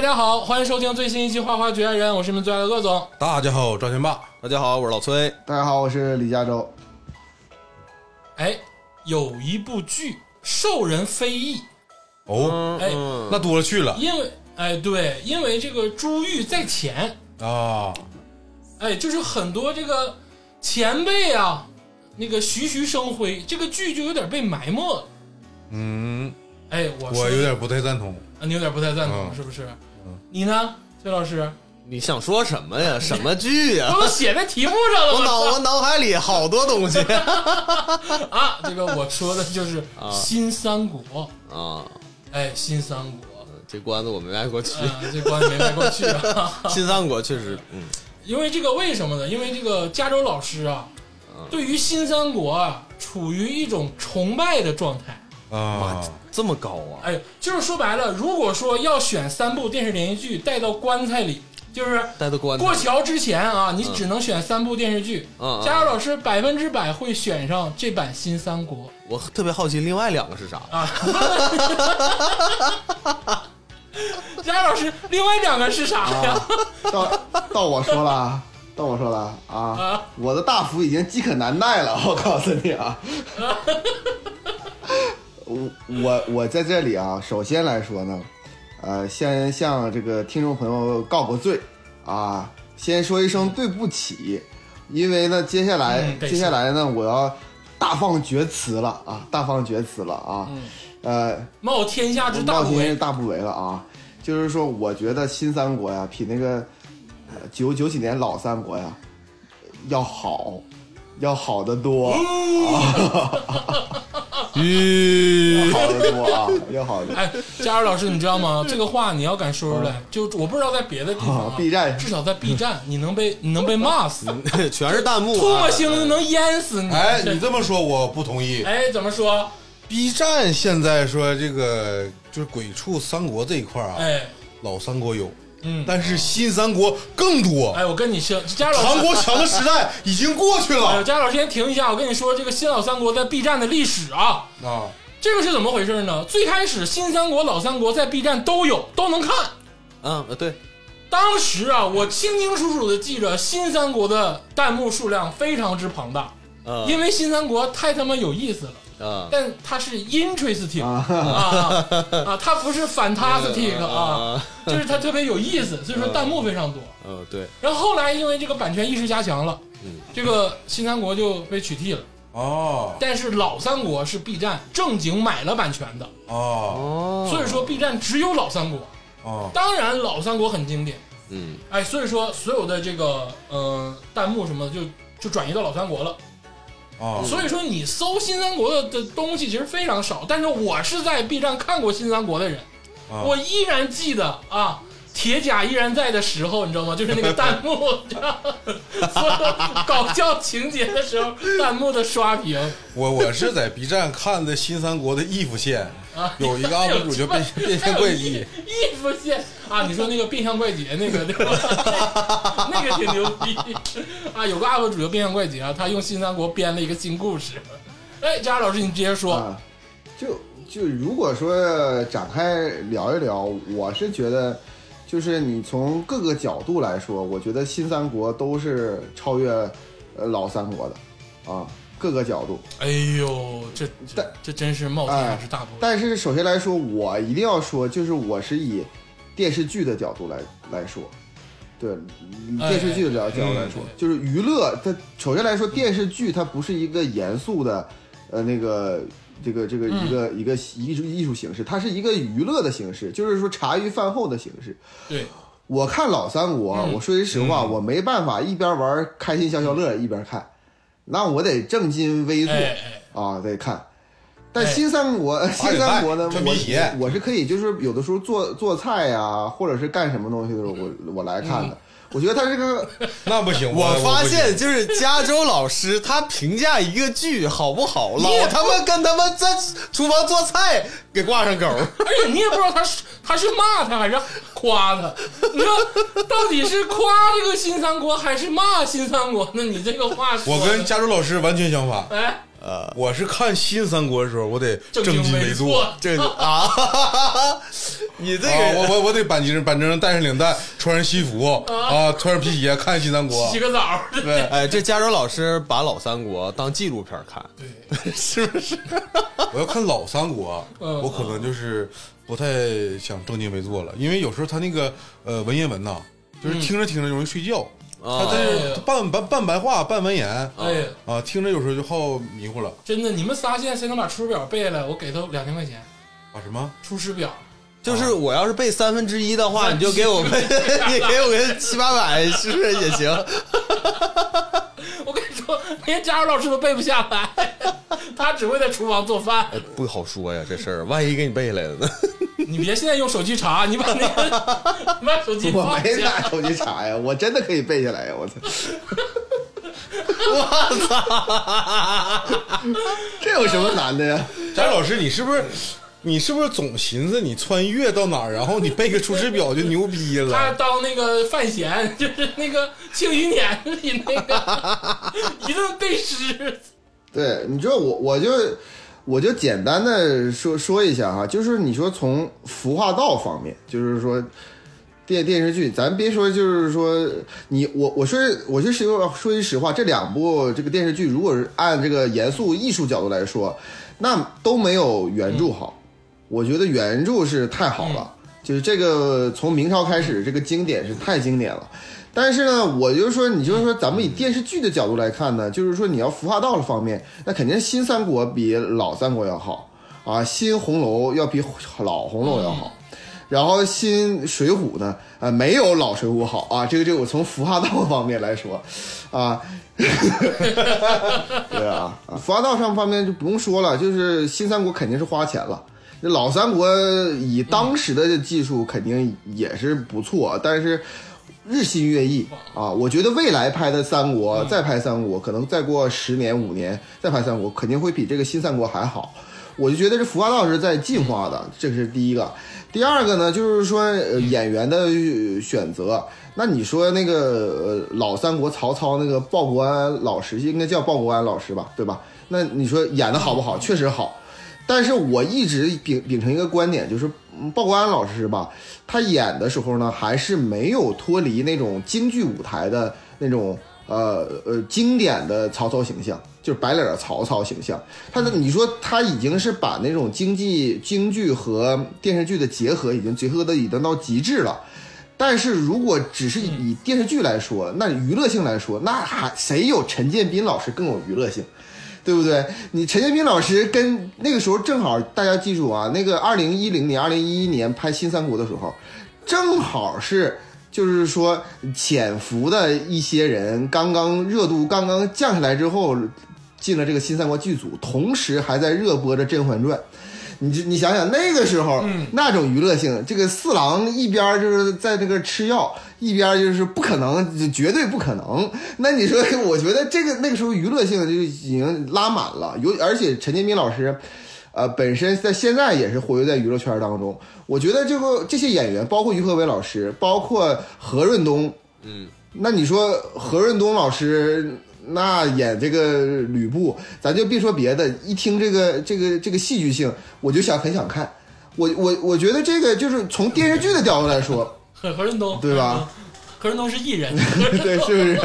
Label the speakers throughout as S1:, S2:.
S1: 家好，欢迎收听最新一期《花花局爱人》，我是你们最爱的鄂总。
S2: 大家好，我赵天霸。
S3: 大家好，我是老崔。
S4: 大家好，我是李佳洲。
S1: 哎，有一部剧受人非议，
S2: 哦，
S1: 哎，
S2: 那多了去了
S1: 因为哎对，因为这个珠玉在前，
S2: 啊！
S1: 哎，就是很多这个前辈啊，那个徐徐生辉，这个剧就有点被埋没了。
S2: 嗯，
S1: 哎，我说
S2: 我有点不太赞同。
S1: 啊你有点不太赞同，
S2: 嗯
S1: 是不是？你呢，崔老师？
S3: 你想说什么 呀？什么剧呀、
S1: 都写在题目上了
S3: 我
S1: 吗？
S3: 脑我脑海里好多东西
S1: 啊，这个我说的 就是
S3: 啊
S1: 新三国，
S3: 啊！
S1: 哎，新三 国，
S3: 这关子我没挨过去。
S1: 啊，这关没迈过去啊。
S3: 新三国确实，嗯，
S1: 因为这个为什么呢？因为这个加州老师啊，
S3: 嗯
S1: 对于新三国啊，处于一种崇拜的状态。
S2: 啊，
S3: 这么高啊！
S1: 哎，就是说白了，如果说要选三部电视连续剧带到棺材里，就是
S3: 带的关子
S1: 过桥之前啊，你只能选三部电视剧。
S3: 嗯嗯嗯
S1: 加州老师百分之百会选上这版新三国
S3: 我特别好奇另外两个是啥？
S1: 啊。加州老师，另外两个是啥
S3: 啊
S1: 呀？
S4: 到到我说了啊，到我说了啊！
S1: 啊
S4: 我的大福已经饥渴难耐了，我告诉你啊！我我我在这里啊，首先来说呢，呃，先向这个听众朋友告个罪啊，先说一声对不起，因为呢，接下来、
S1: 嗯对
S4: 接下来呢，我要大放厥词了啊，大放厥词了啊，
S1: 嗯
S4: 呃，
S1: 冒天下之大
S4: 冒
S1: 不
S4: 天是
S1: 韪，
S4: 大不韪了啊！就是说，我觉得新三国呀，比那个呃九九几年老三国呀要好，要好得多，
S3: 咦，
S4: 好得多啊，要好得多。
S1: 哎，佳儿老师，你知道吗？这个话你要敢说出来，就我不知道在别的地方、
S4: 啊，B 站
S1: 至少在 B 站，你能被你能被骂死，
S3: 全是弹幕、
S1: 唾
S3: 啊。
S1: 沫星子能淹死你。
S2: 哎，你这么说我不同意。
S1: 哎，怎么说？
S2: B 站现在说这个就是鬼畜三国这一块啊，
S1: 哎，
S2: 老三国有，
S1: 嗯，
S2: 但是新三国更多。
S1: 哎，我跟你说，佳儿老
S2: 韩
S1: 师，
S2: 国强的时代已经过去
S1: 哎，
S2: 了
S1: 佳儿老师先停一下，我跟你说，这个新老三国在 B 站的历史啊，
S2: 啊！
S1: 这个是怎么回事呢？最开始新三国、老三国在 B 站都有，都能看。
S3: 嗯，呃对，
S1: 当时啊，我清清楚楚的记着新三国的弹幕数量非常之庞大，
S3: 嗯，
S1: 因为新三国太他妈有意思了。
S3: 嗯
S1: 但它是 interesting
S4: 啊
S1: 啊啊，它不是 fantastic 啊，，
S3: 呃
S1: 就是它特别有意思，所以说弹幕非常多。
S3: 嗯，对，
S1: 然后后来因为这个版权意识加强了
S3: 嗯，
S1: 这个新三国就被取缔了。
S2: 哦
S1: 但是老三国是 B 站正经买了版权的，
S2: 哦
S3: 哦
S1: 所以，说 B 站只有老三国。
S2: 哦，
S1: 当然老三国很经典，
S3: 嗯，
S1: 哎，所以说所有的这个呃弹幕什么的就就转移到老三国了。
S2: 哦
S1: 所以说你搜新三国的的东西其实非常少，但是我是在 B 站看过新三国的人，
S2: 啊
S1: 我依然记得啊。铁甲依然在的时候，你知道吗？就是那个 弹幕，你知道吗所有搞笑情节的时候，弹幕的刷屏
S2: 我我是在 B 站看的新三国的 if 线，
S1: 啊，
S2: 有一 个 UP 主就变变
S1: 还
S2: 现
S1: 有
S2: 怪
S1: 一
S2: 异，
S1: 一不现啊！你说那个变相怪杰那个对 吧？那个挺牛逼啊！有个 UP 主叫变相怪杰啊，他用新三国编了一个新故事。哎，佳老师，你直接说，
S4: 啊，就就如果说展开聊一聊，我是觉得，就是你从各个角度来说，我觉得新三国都是超越呃老三国的啊，各个角度。
S1: 哎呦，这这
S4: 但
S1: 这真是
S2: 哎
S1: 冒天下之大不韪。
S4: 但是首先来说，我一定要说，就是我是以电视剧的角度来来说，对，以
S1: 哎
S4: 电视剧的角角度来说，
S1: 嗯
S4: 就是娱乐。它首先来说，电视剧它不是一个严肃的，呃，那个这个这个
S1: 嗯
S4: 一个、一个艺术艺术形式，它是一个娱乐的形式，就是说茶余饭后的形式。
S1: 对，
S4: 我看老三国，
S1: 嗯
S4: 我说句实话，我没办法一边玩开心消消乐一边看，那我得正襟危坐。
S1: 哎哎，
S4: 啊，得看。但
S1: 哎
S4: 新三国， 新三国呢，
S2: 穿皮鞋
S4: 我我是可以，就是有的时候做做菜呀、或者是干什么东西的时候，我
S1: 嗯
S4: 我来看的。我觉得它这个
S2: 那不行，
S3: 我
S2: 不
S3: 发
S2: 行
S3: 现就是加州老师他评价一个剧好不好，老他妈跟他妈在厨房做菜给挂上钩。
S1: 而且你也不知道他是他是骂他还是夸他，你说到底是夸这个新三国还是骂新三国呢？那你这个话说
S2: 我
S1: 的，
S2: 跟加州老师完全相反，
S1: 哎
S2: 我是看新三国的时候，我得
S1: 正
S2: 襟
S1: 襟
S2: 危
S1: 坐，
S3: 这个啊，你这
S2: 啊
S3: 个，人
S2: 我我我得板正板正，戴上领带，穿上西服啊，穿上皮鞋，看新三国
S1: 洗。个澡儿，
S2: 对，
S3: 哎，这加州老师把老三国当纪录片看，
S1: 对，
S3: 是不是？
S2: 我要看老三国，
S1: 嗯
S2: 我可能就是不太想正襟危坐了，因为有时候他那个呃文言文呐，就是听着听着容易睡觉，他
S3: 啊，
S2: 但
S1: 哎
S2: 是
S1: 呦
S2: 半半半白话半文言
S1: 哎呀，
S2: 啊，听着有时候就好迷糊了
S1: 真的，你们仨现在谁能把《出师表》背下来，我给他两千块钱，
S2: 啊什么。
S1: 《出师表
S3: 就是我要是背三分之一的话，你就给我们， 你给我个七八百，是不是也行？》，
S1: 我跟你说，连佳茹老师都背不下来， 他只会在厨房做饭。
S3: 哎，不好说呀，这事儿，万一给你背下来了呢？
S1: 你别现在用手机查，你把那个 你把手机
S4: 我
S1: 放
S4: 没
S1: 下
S4: 拿。手机查呀，我真的可以背下来 呀！我操，
S3: 我操！
S4: 这有什么难的呀？
S2: 张老师，你是不是你是不是总寻思你穿越到哪儿，然后你背个《出师表》就牛逼
S1: 他
S2: 了？
S1: 当那个范闲， 就是那个《庆余年》里那个 一顿背诗。
S4: 对，你知道我我就我就简单的说说一下哈，就是你说从服化道方面，就是说电电视剧，咱别说就是说你我我说我就实话说句实话，这两部这个电视剧，如果是按这个严肃艺术角度来说，那都没有原著好。我觉得原著是太好了，就是这个从明朝开始，这个经典是太经典了。但是呢，我就说，你就是说，咱们以电视剧的角度来看呢，就是说，你要服化道的方面，那肯定是新三国比老三国要好啊，新红楼要比老红楼要好，然后新水浒呢，呃，没有老水浒好啊。这个，这个，我从服化道方面来说，啊，对啊，服化道上方面就不用说了，就是新三国肯定是花钱了。那老三国以当时的技术肯定也是不错，但是日新月异啊。我觉得未来拍的三国，再拍三国，可能再过十年五年再拍三国，肯定会比这个新三国还好。我就觉得这服化道是在进化的，这是第一个。第二个呢，就是说、呃、演员的呃选择。那你说那个呃老三国曹操那个鲍国安老师，应该叫鲍国安老师吧，对吧？那你说演的好不好？确实好。但是我一直秉秉承一个观点，就是嗯鲍国安老师吧，他演的时候呢，还是没有脱离那种京剧舞台的那种呃呃经典的曹操形象，就是白脸儿曹操形象。他的你说他已经是把那种经济京剧和电视剧的结合，已经结合的已经到极致了。但是如果只是以电视剧来说，那娱乐性来说，那还谁有陈建斌老师更有娱乐性？对不对？你陈建斌老师跟那个时候正好，大家记住啊，那个二零一零年、二零一一年拍《新三国》的时候，正好是就是说潜伏的一些人刚刚热度刚刚降下来之后，进了这个《新三国》剧组，同时还在热播着《甄嬛传》。你这你想想那个时候、那种娱乐性，这个四郎一边儿就是在这个吃药，一边儿就是不可能，就绝对不可能。那你说， 我觉得这个那个时候娱乐性就已经拉满了，有而且陈建斌老师。呃，本身在现在也是活跃在娱乐圈当中，我觉得这个这些演员，包括于和伟老师，包括何润东，那你说何润东老师那演这个吕布，咱就别说别的，一听这个这个这个戏剧性，我就想很想看。我我我觉得这个就是从电视剧的角度来说，
S1: 何何润东
S4: 对吧？
S1: 何润东是艺人。
S4: 对，是不是？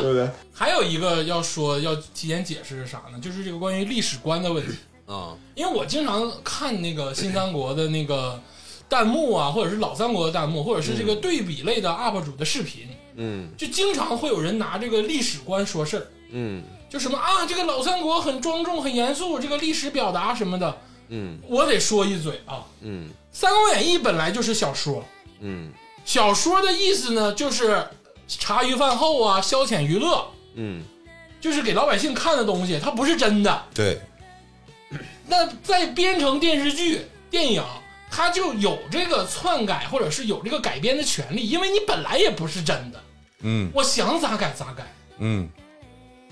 S4: 对不对？
S1: 还有一个要说要提前解释是啥呢？就是这个关于历史观的问题。
S3: 啊，
S1: 因为我经常看那个新三国的那个弹幕啊，或者是老三国的弹幕，或者是这个对比类的 UP 主的视频，
S3: 嗯
S1: 就经常会有人拿这个历史观说事儿，
S3: 嗯
S1: 就什么啊，这个老三国很庄重、很严肃，这个历史表达什么的。
S3: 嗯
S1: 我得说一嘴啊，
S3: 嗯
S1: 《三国演义》本来就是小说，
S3: 嗯
S1: 小说的意思呢，就是茶余饭后啊，消遣娱乐，
S3: 嗯
S1: 就是给老百姓看的东西，它不是真的。
S2: 对，
S1: 那再编成电视剧、电影，它就有这个篡改或者是有这个改编的权利，因为你本来也不是真的，
S2: 嗯
S1: 我想咋改咋改。
S2: 嗯，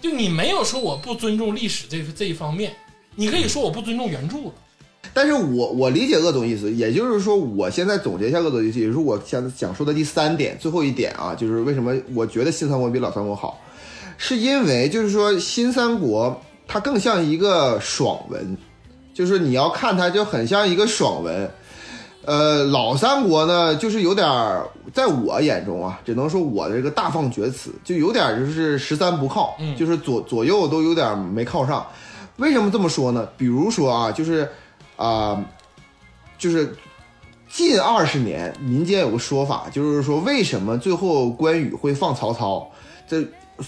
S1: 就你没有说我不尊重历史这这一方面，你可以说我不尊重原著了。
S4: 但是我我理解鄂总意思，也就是说，我现在总结一下鄂总意思，也就是我想想说的第三点，最后一点啊，就是为什么我觉得新三国比老三国好，是因为就是说新三国它更像一个爽文，就是你要看它就很像一个爽文，呃，老三国呢，就是有点儿，在我眼中啊，只能说我的这个大放厥词，就有点儿就是十三不靠，
S1: 嗯
S4: 就是左左右都有点儿没靠上。为什么这么说呢？比如说啊，就是啊、就是近二十年民间有个说法，就是说为什么最后关羽会放曹操？这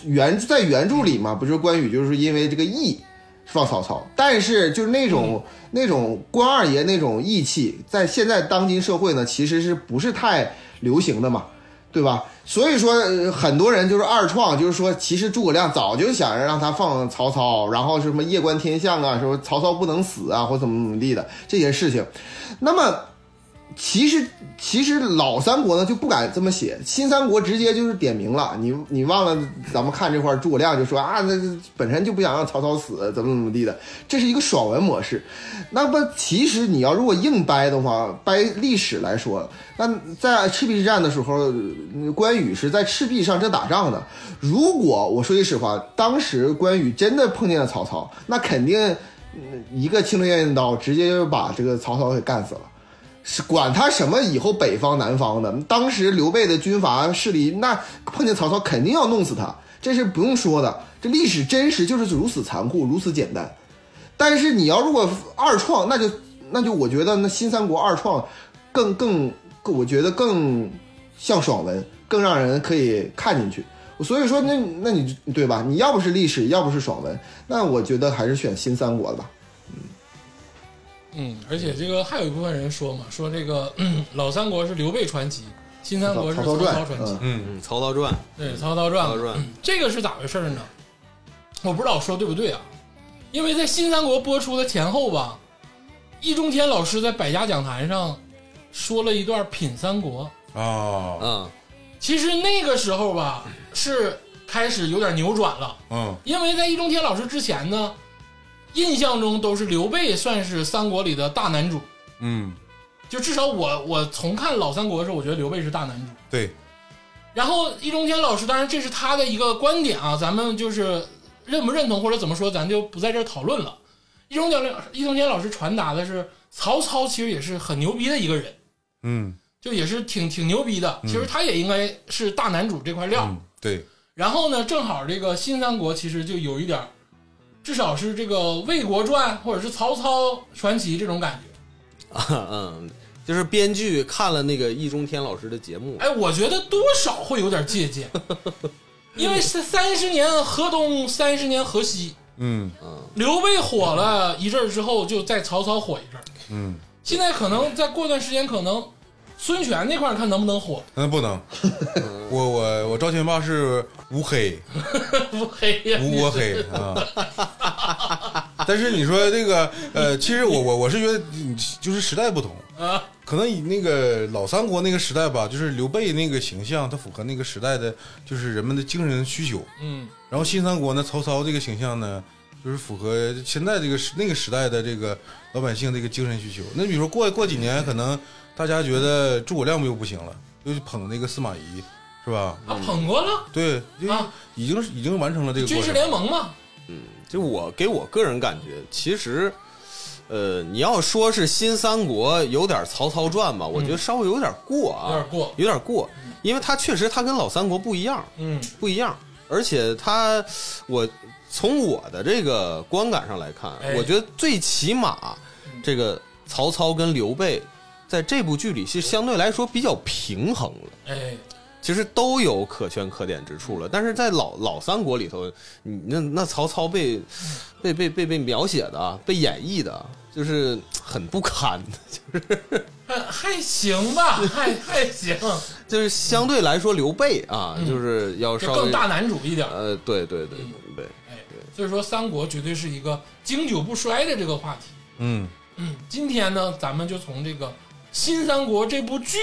S4: 原在原著里嘛，不是关羽就是因为这个义放曹操，但是就是那种、那种关二爷那种义气，在现在当今社会呢，其实是不是太流行的嘛，对吧？所以说、呃很多人就是二创，就是说其实诸葛亮早就想让他放曹操，然后是什么夜观天象啊，说曹操不能死啊，或怎么怎么地的这些事情。那么其实其实老三国呢就不敢这么写，新三国直接就是点名了。你你忘了咱们看这块儿诸葛亮就说啊，那那本身就不想让曹操死，怎么怎么地的，这是一个爽文模式。那么其实你要如果硬掰的话，掰历史来说，那在赤壁之战的时候，呃关羽是在赤壁上正打仗的。如果我说句实话，当时关羽真的碰见了曹操，那肯定嗯一个青龙偃月刀直接就把这个曹操给干死了。是管他什么以后北方南方的，当时刘备的军阀势力，那碰见曹操肯定要弄死他，这是不用说的。这历史真实就是如此残酷，如此简单。但是你要如果二创，那就那就我觉得那新三国二创更更更，我觉得更像爽文，更让人可以看进去。所以说那那你对吧？你要不是历史，要不是爽文，那我觉得还是选新三国的吧。
S1: 嗯，而且这个还有一部分人说嘛，说这个 老三国是刘备传奇，新三国是
S4: 曹
S1: 曹
S4: 操
S1: 操
S4: 传，
S1: 传奇
S4: 嗯，，
S2: 嗯，
S3: 嗯，《曹操传》《
S1: 对《曹操传》
S3: 曹操传》
S1: 这个是咋回事儿呢？我不知道我说对不对啊，因为在新三国播出的前后吧，易中天老师在百家讲坛上说了一段品三国。
S2: 啊，
S3: 嗯，
S1: 其实那个时候吧，是开始有点扭转了，
S2: 嗯，
S1: 因为在易中天老师之前呢，印象中都是刘备算是三国里的大男主，
S2: 嗯，
S1: 就至少我我重看老三国的时候，我觉得刘备是大男主。
S2: 对，
S1: 然后易中天老师，当然这是他的一个观点啊，咱们就是认不认同或者怎么说，咱就不在这儿讨论了。易中天老易中天老师传达的是，曹操其实也是很牛逼的一个人，
S2: 嗯，
S1: 就也是挺挺牛逼的。
S2: 嗯
S1: 其实他也应该是大男主这块料。
S2: 嗯对，
S1: 然后呢，正好这个新三国其实就有一点儿，至少是这个魏国传或者是曹操传奇这种感觉。
S3: 啊嗯，就是编剧看了那个易中天老师的节目，
S1: 哎，我觉得多少会有点借鉴，因为是三十年河东，三十年河西，
S2: 嗯
S3: 嗯，
S1: 刘备火了一阵儿之后，就在曹操火一阵儿。
S2: 嗯，
S1: 现在可能再过段时间，可能孙权那块儿看能不能火，
S2: 那不能，我我我赵天霸是无黑，
S1: 不黑呀，
S2: 无我黑啊。但是你说这个，呃，其实我我我是觉得，嗯就是时代不同，
S1: 啊，
S2: 可能以那个老三国那个时代吧，就是刘备那个形象，它符合那个时代的，就是人们的精神需求。
S1: 嗯
S2: 然后新三国呢，曹操这个形象呢，就是符合现在这个时那个时代的这个老百姓这个精神需求。那比如说过过几年，可能大家觉得诸葛亮又不行了，又捧那个司马懿，是吧？
S1: 啊，捧过了
S2: 对，就
S1: 啊，
S2: 已经已经完成了这个
S1: 军
S2: 过
S1: 事
S2: 程。
S1: 联盟嘛，
S3: 就我给我个人感觉，其实，呃，你要说是新三国有点《曹操传》吧，我觉得稍微有点过
S1: 有
S3: 啊，
S1: 点过，
S3: 有点过，因为它确实它跟老三国不一样，
S1: 嗯
S3: 不一样，而且它我从我的这个观感上来看，
S1: 哎
S3: 我觉得最起码这个曹操跟刘备在这部剧里是相对来说比较平衡了。
S1: 哎，
S3: 其实都有可圈可点之处了，但是在老老三国里头，你那那曹操被被被被被描写的、啊被演绎的，就是很不堪，
S1: 还还行 吧，还还行，
S3: 就是相对来说刘备啊，
S1: 嗯
S3: 就是要
S1: 就
S3: 稍微
S1: 更大男主一点儿。
S3: 呃，对对对
S1: 嗯
S3: 对，
S1: 哎
S3: 对，
S1: 所以说三国绝对是一个经久不衰的这个话题。
S2: 嗯，
S1: 嗯，今天呢，咱们就从这个《新三国》这部剧，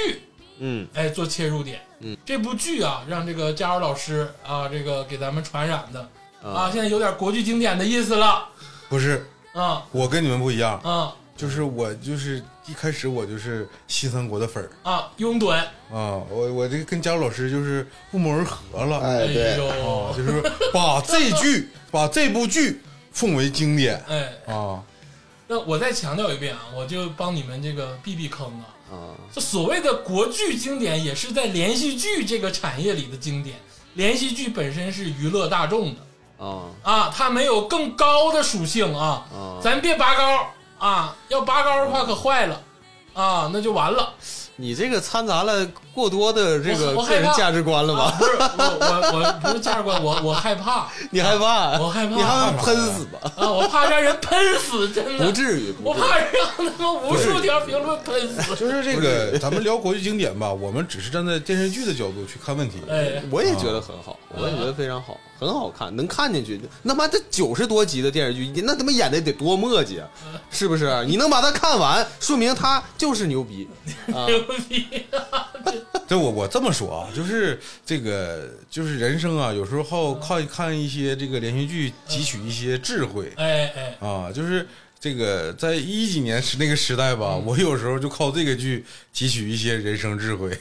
S3: 嗯
S1: 哎，做切入点。
S3: 嗯，
S1: 这部剧啊，让这个佳儿老师啊，这个给咱们传染的啊，
S3: 啊
S1: 现在有点国剧经典的意思了
S2: 不是，
S1: 啊
S2: 我跟你们不一样，
S1: 啊
S2: 就是我就是一开始我就是新三国的粉儿
S1: 啊！拥
S3: 哎
S1: 趸，
S2: 啊，我我这个跟佳茹老师就是不谋而合了。
S4: 哎，对，
S1: 呦
S2: 啊，，就是把这剧把这部剧奉为经典
S1: 哎，
S2: 啊，
S1: 那我再强调一遍啊，我就帮你们这个避避坑啊。
S3: 啊，
S1: 这所谓的国剧经典，也是在连续剧这个产业里的经典。连续剧本身是娱乐大众的
S3: 啊
S1: 啊，它没有更高的属性啊。
S3: 啊！
S1: 咱别拔高啊，要拔高的话可坏了啊，那就完了。
S3: 你这个掺杂了过多的这个
S1: 我我害
S3: 个人
S1: 怕
S3: 价值观了
S1: 啊
S3: 吧？
S1: 不是我我我不是价值观，我我害怕，
S3: 你害怕？
S1: 我害怕
S3: 你害怕喷死吧？
S1: 啊，我怕让人喷死，真
S3: 不
S1: 的，
S3: 至于，
S1: 我
S3: 不至于。
S1: 怕让他们无数条评论喷死。
S2: 就是这个，咱们聊国际经典吧，我们只是站在电视剧的角度去看问题。
S1: 哎，
S3: 我也觉得很好，我也觉得非常好，很好看，能看进去。那妈这九十多集的电视剧，那他妈演的得多磨 叽啊，是不是？你能把它看完，说明他就是牛 逼啊！
S1: 牛逼！
S2: 对我我这么说啊，就是这个，就是人生啊，有时候靠靠看一些这个连续剧，汲取一些智慧
S1: 哎哎，
S2: 啊，就是。这个在一几年时那个时代吧，我有时候就靠这个剧汲取一些人生智慧，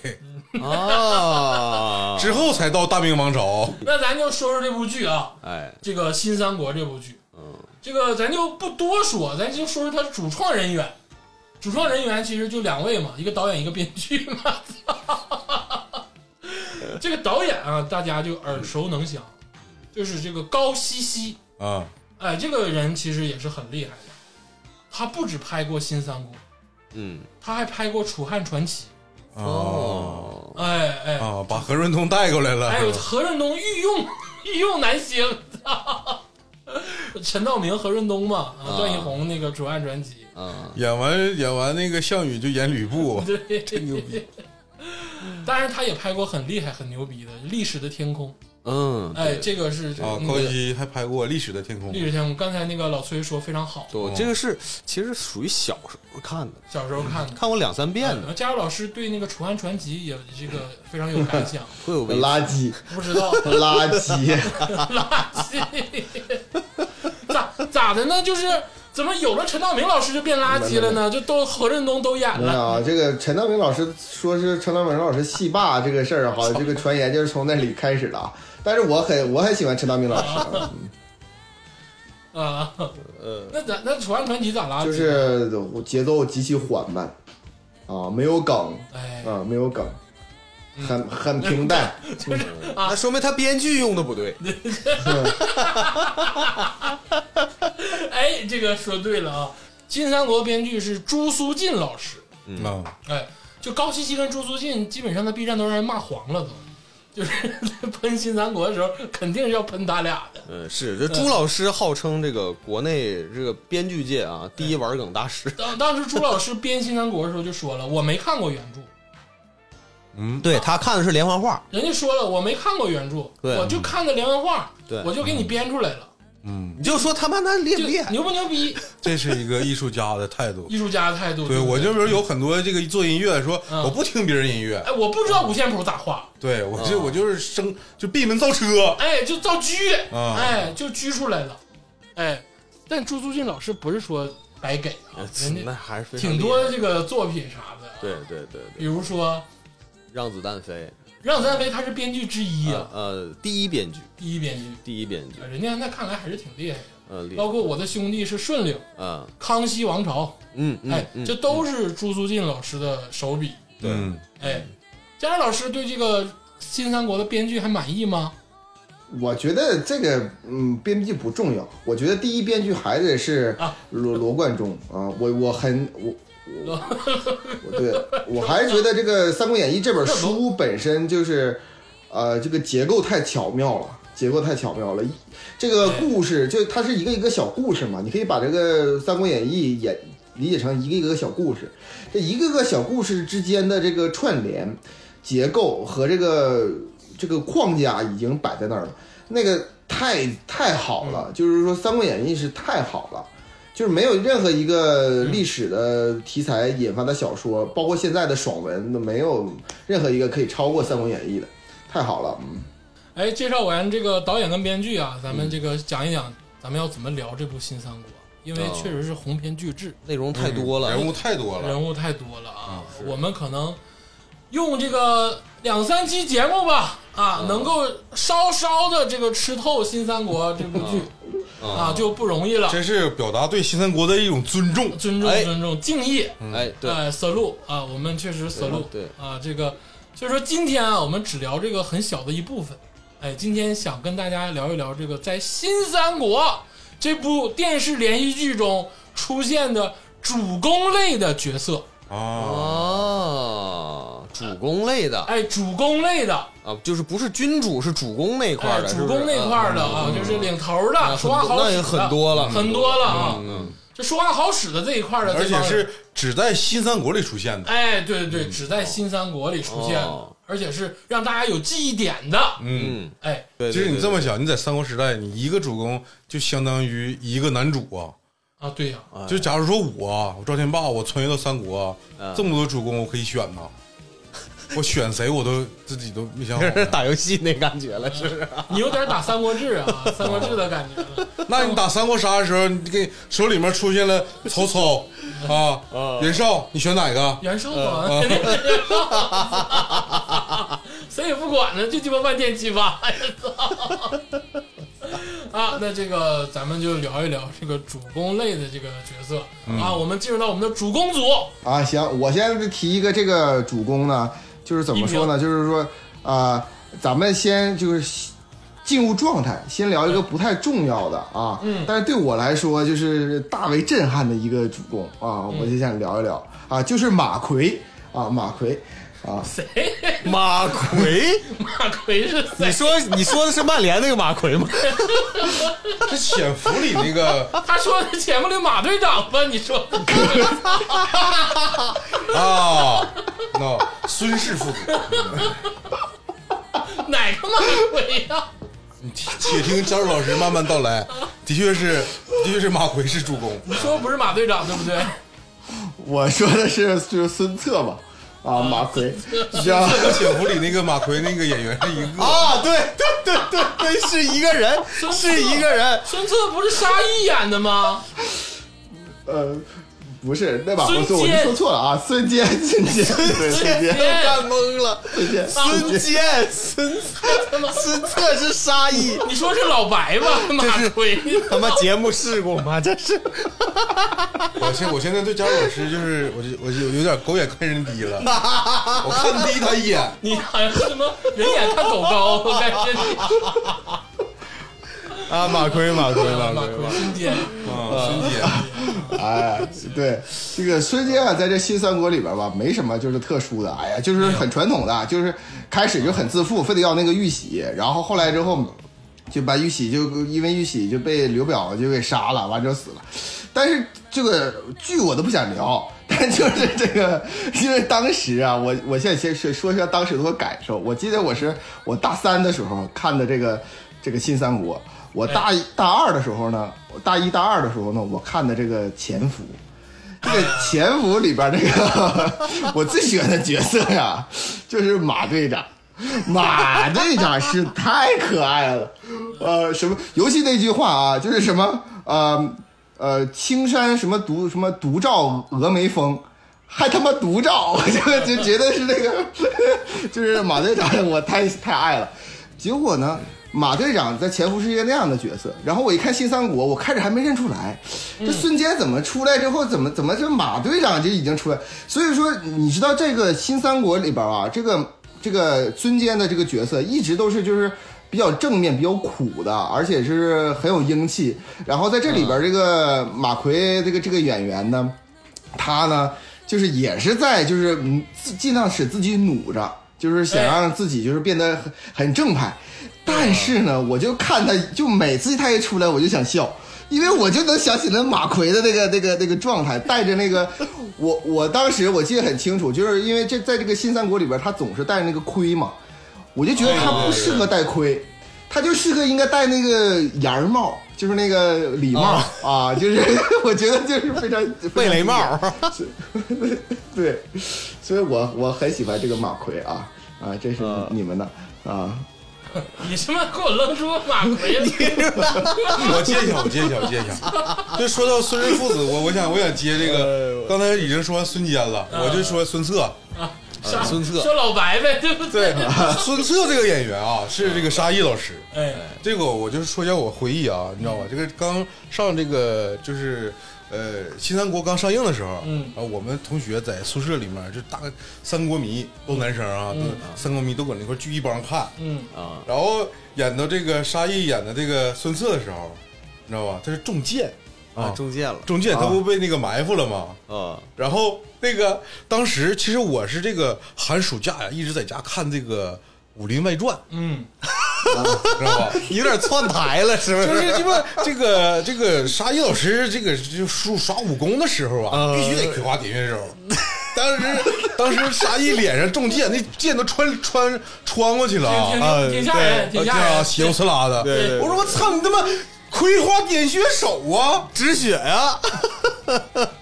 S3: 啊，
S2: 之后才到大明王朝。
S1: 那咱就说说这部剧啊，
S3: 哎，
S1: 这个《新三国》这部剧。
S3: 嗯，
S1: 这个咱就不多说，咱就说说他主创人员。主创人员其实就两位嘛，一个导演，一个编剧 嘛。这个导演啊，大家就耳熟能详，就是这个高希希。
S2: 啊，
S1: 哎，这个人其实也是很厉害的，他不止拍过《新三国》，
S3: 嗯，
S1: 他还拍过《楚汉传奇
S2: 哦，》。
S1: 哎哎，
S2: 啊，把何润东带过来了，
S1: 还有哎何润东御用御用男星，陈道明、何润东嘛，啊
S3: 啊
S1: 段奕宏那个《楚汉传奇》。，
S3: 啊，
S2: 演完演完那个项羽就演吕布
S1: 对，真
S2: 牛逼！
S1: 当然，他也拍过很厉害、很牛逼的《历史的天空》。
S3: 嗯，
S1: 哎，这个是
S2: 啊，
S1: 那
S2: 高
S1: 个《
S2: 希还拍过《历史的天空
S1: 历》史天空》。刚才那个老崔说非常好，
S3: 对，这个是其实属于小时候看的，
S1: 小时候看的。
S3: 看过两三遍
S1: 然
S3: 的，
S1: 后佳茹老师对那个《楚汉传奇》也这个非常有感想，
S3: 会有微
S4: 垃圾，
S1: 不知道
S4: 垃圾，
S1: 垃圾咋咋的呢？就是怎么有了陈道明老师就变垃圾了呢？就都何润东都演
S4: 没
S1: 了，
S4: 有这个陈道明老师说是陈道明老师戏霸这个事儿，好像这个传言就是从那里开始的啊。但是我很我很喜欢陈道明老师，
S1: 啊？
S3: 呃，
S1: 那咋那《楚汉传奇》咋垃圾？
S4: 就是节奏极其缓慢啊，没有梗
S1: 哎，嗯
S4: 啊，没有梗，很很 平淡。
S3: 那说明他编剧用的不 对。
S1: 哎，这个说对了啊！《新三国》编剧是朱苏进老师，
S2: 啊，
S1: 哎，就高希希跟朱苏进，基本上在 B 站都让人骂黄了都，就是 在喷《新三国》的时候，肯定是要喷他俩的。
S3: 嗯，是这朱老师号称这个国内这个编剧界啊第一玩梗大师。
S1: 当当时朱老师编《新三国》的时候就说了，我没看过原著，
S2: 嗯，
S3: 对他看的是连环画，
S1: 人家说了我没看过原著，
S3: 对
S1: 我就看的连环画，
S3: 对
S1: 我就给你编出来了，
S2: 嗯，
S3: 你就说他妈那厉
S1: 就
S3: 不厉害？
S1: 牛不牛逼？
S2: 这是一个艺术家的态度。
S1: 艺术家的态度。
S2: 对
S1: 不
S2: 我就比如有很多这个做音乐，说
S1: 嗯
S2: 我不听别人音乐，
S1: 哎，我不知道五线谱咋画，
S2: 对我就
S3: 啊
S2: 我就是生就闭门造车
S1: 哎，就造车。
S2: 啊，
S1: 哎，就拘出来了，哎，但朱苏进老师不是说白给啊，人
S3: 呃那
S1: 家
S3: 还是非常
S1: 挺
S3: 厉害
S1: 多。这个作品啥 的，
S3: 对对对对，
S1: 比如说
S3: 让子弹飞，
S1: 《让子弹飞》，他是编剧之一
S3: 呃
S1: 啊，
S3: 呃，第一编剧，
S1: 第一编剧，
S3: 第一编剧
S1: 啊，人家那看来还是挺厉害的。
S3: 呃，厉害
S1: 包括我的兄弟是顺溜、
S3: 啊，
S1: 康熙王朝，
S3: 嗯嗯，
S1: 哎，
S3: 嗯
S1: 这都是朱苏进老师的手笔，
S3: 对
S2: 嗯
S1: 哎，佳老师对这个新三国的编剧还满意吗？
S4: 我觉得这个嗯，编剧不重要，我觉得第一编剧还得是
S1: 啊
S4: 罗罗贯中啊，我我很我。我
S1: 罗
S4: 我对我还觉得这个《三国演义》这本
S1: 这
S4: 书本身就是，呃，这个结构太巧妙了，结构太巧妙了。一这个
S1: 对
S4: 故事就它是一个一个小故事嘛，你可以把这个《三国演义》演理解成一个一个小故事，这一个个小故事之间的这个串联、结构和这个这个框架已经摆在那儿了，那个太太好了，就是说《三国演义》是太好了。就是没有任何一个历史的题材引发的小说，包括现在的爽文，都没有任何一个可以超过《三国演义》的，太好了，嗯，
S1: 哎，介绍完这个导演跟编剧啊，
S3: 嗯
S1: 咱们这个讲一讲，咱们要怎么聊这部《新三国》，因为
S3: 哦
S1: 确实是鸿篇巨制，
S3: 内容太多了，
S2: 嗯人物太多了，
S1: 人物太多了啊。
S3: 嗯是
S1: 我们可能用这个两三期节目吧，啊，
S3: 嗯
S1: 能够稍稍的这个吃透《新三国》这部剧。啊，就不容易了。
S2: 真是表达对新三国的一种尊重。
S1: 尊重
S3: 哎
S1: 尊重，敬意，
S3: 哎，对，
S1: 哎，salute 啊，我们确实 salute，
S3: 对
S1: 啊，这个所以说今天啊，我们只聊这个很小的一部分，哎，今天想跟大家聊一聊这个在《新三国》这部电视连续剧中出现的主攻类的角色，
S2: 啊，
S3: 哦，主攻类的
S1: 哎，主攻类的，
S3: 啊，就是不是君主，是主攻那块
S1: 哎
S3: 儿，的，嗯
S1: 主攻那块儿的啊，就是领头的，
S3: 是
S1: 说
S3: 不
S1: 话
S3: 是
S1: 好
S3: 嗯嗯那
S1: 使的
S3: 也很多了，
S1: 很多了啊，
S3: 嗯，
S1: 这说话好使的这一块儿的，
S2: 而
S1: 这
S2: 且
S1: 帮人
S2: 是只在新三国里出现的。
S1: 哎，对对对，只在《新三国》里出现的，
S3: 嗯哦
S1: 而且是让大家有记忆点的。
S2: 嗯，
S3: 嗯，
S1: 哎，
S3: 对，
S2: 其实你这
S3: 么
S2: 么想，你在三国时代，你一个主公就相当于一个男主啊。
S1: 啊，对呀、
S3: 哎
S2: 就假如说我啊，我赵天霸，我穿越到三国
S3: 嗯。
S2: 啊，这么多主公，我可以选呐。我选谁我都自己都没想好
S3: 打游戏那感觉了，是不是？
S1: 你有点打《三国志》啊，《三国志》的感觉了。
S2: 那你打三国杀的时候，你给手里面出现了曹操 啊，袁绍，你选哪个？
S1: 袁绍啊，
S3: 嗯
S1: 谁也不管呢，就鸡巴万箭齐发。哎呀操！啊，那这个咱们就聊一聊这个主攻类的这个角色、
S3: 嗯
S1: 啊，我们进入到我们的主攻组。
S4: 啊，行，我先提一个这个主攻呢，就是怎么说呢？就是说啊、咱们先就是进入状态，先聊一个不太重要的啊，
S1: 嗯
S4: 但是对我来说就是大为震撼的一个主攻啊，我就想聊一聊啊，就是马奎啊，马奎啊，
S1: 谁？
S3: 马奎，
S1: 马奎是谁？
S3: 你说你说的是曼联那个马奎吗？
S2: 这潜伏里那个
S1: 他说的是节目里马队长吧？你说
S2: 啊，那孙氏父子，
S1: 哪个马奎呀、
S2: 你听且听张老师慢慢道来。的确是，的确是马奎是主公，
S1: 你说不是马队长对不对？
S4: 我说的是就是孙策吧，啊，马奎，你知道吗？
S2: 和潜伏里那个马奎那个演员是一个。
S3: 啊，对对对对对，是一个人，是一个人，
S1: 孙策不是沙溢演的吗？
S4: 呃，不是，那把不是，
S1: 孙
S4: 我就
S1: 坚
S4: 说错了啊，孙坚，孙坚，对孙坚，
S3: 干懵了。
S4: 孙坚，
S3: 孙坚，孙策，孙策是沙溢，
S1: 你说是老白吧？马奎
S3: 他妈节目事故吗？这是
S2: 我现我现在对张老师就是，我就我就有点狗眼看人低了，我看低他一眼。
S1: 你好像是什么人眼看狗高，我感觉你
S3: 啊，马奎，马奎，马
S1: 马
S3: 奎，
S1: 奎孙坚
S2: 啊，孙姐，
S4: 哎，对，这个孙坚啊，在这新三国里边吧，没什么就是特殊的，哎呀，就是很传统的，就是开始就很自负，非得要那个玉玺，然后后来之后就把玉玺就因为玉玺就被刘表就给杀了，完之后死了。但是这个剧我都不想聊，但就是 这个，因为当时啊，我我现在先说说一下当时的我感受。我记得我是我大三的时候看的这个这个《新三国》，我大一大二的时候呢，我大一大二的时候呢，我看的这个《潜伏》。这个《潜伏》里边这个 我最喜欢的角色呀，就是马队长。马队长是太可爱了，呃，什么？尤其那句话啊，就是什么呃呃，青山什么独什么独照峨眉峰，还他妈独照，我就就觉得是那个， 就是马队长，我太太爱了。结果呢，马队长在《潜伏》是一个那样的角色，然后我一看《新三国》，我开始还没认出来，这孙坚怎么出来之后，怎么怎么这马队长就已经出来？所以说，你知道这个《新三国》里边啊，这个这个孙坚的这个角色一直都是就是。比较正面、比较苦的，而且是很有英气。然后在这里边，这个马奎这个这个演员呢，他呢，就是也是在就是嗯自尽量使自己努着，就是想让自己就是变得很很正派。但是呢，我就看他，就每次他一出来，我就想笑。因为我就能想起那马奎的那个那个那个状态，带着那个，我我当时我记得很清楚，就是因为这在这个新三国里边，他总是戴着那个盔嘛，我就觉得他不适合戴盔，他就适合应该戴那个檐儿帽，就是那个礼帽啊，就是 我觉得就是非常
S3: 贝雷帽，
S4: 对，所以我我很喜欢这个马奎啊啊，这是
S2: 嗯
S3: 啊
S4: 你们的啊，
S1: 你他妈给我扔出马奎了！
S2: 我接一下，我接一下，我接一 下。就说到
S3: 哎嗯
S2: 孙氏父子，我我想我想接这个，刚才已经说完孙坚了，我就说孙策。
S1: 杀
S3: 孙策
S1: 说老白呗，对不对？
S2: 对， 孙策这个演员啊，是这个沙溢老师。
S1: 哎，
S2: 这个我就是说一下我回忆啊，你知道
S3: 嗯
S2: 吧？这个刚上这个就是呃《新三国》刚上映的时候，
S1: 嗯
S2: 啊，我们同学在宿舍里面就大三国迷都男生啊，
S1: 嗯
S2: 都三国迷都搁那块聚一帮看，
S1: 嗯，
S3: 啊，
S2: 然后演到这个沙溢演的这个孙策的时候，你知道吧？他是中箭
S3: 啊，中箭了
S2: 中箭，他
S4: 啊
S2: 不被那个埋伏了吗？
S3: 啊，
S2: 然后那个当时其实我是这个寒暑假呀一直在家看这个《武林外传
S1: 嗯，》，
S2: 知道吧？
S3: 有点窜台了， 是不？
S2: 就是是鸡巴这个这个沙溢老师这个就耍耍武功的时候啊，
S3: 嗯
S2: 必须得葵花点穴手。当时当时沙溢脸上中箭，那箭都穿穿穿过去了啊，
S1: 挺
S2: 啊
S1: 挺挺吓人，
S2: 对
S1: 挺吓
S2: 啊
S1: 人。
S2: 血不呲啦的。
S3: 对对
S2: 我说我操你他妈葵花点穴手啊！
S3: 止血呀，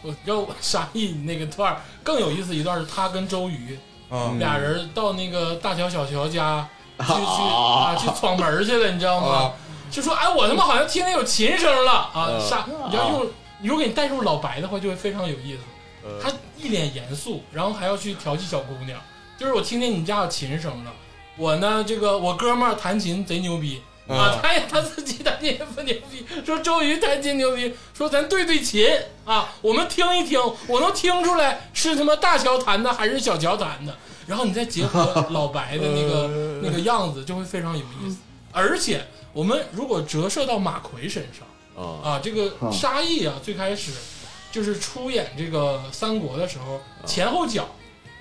S1: 我知道我沙溢那个段儿更有意思一段是他跟周瑜
S2: 啊
S1: 俩人到那个大乔小乔家去去啊去闯门儿去了，你知道吗
S2: 啊？
S1: 就说哎，我他妈好像听见有琴声了啊！
S3: 嗯
S1: 沙，你要用你如果给你带入老白的话，就会非常有意思。他一脸严肃，然后还要去调戏小姑娘，就是我听见你家有琴声了，我呢这个我哥们儿弹琴贼牛逼。啊
S2: 啊，
S1: 他也他自己弹琴也不牛逼，说周瑜弹琴牛逼，说咱对对琴啊，我们听一听，我能听出来是他妈大乔弹的还是小乔弹的，然后你再结合老白的那个那个样子，就会非常有意思。而且我们如果折射到马奎身上，
S3: 啊，
S1: 啊，这个沙溢啊，最开始就是出演这个三国的时候，前后脚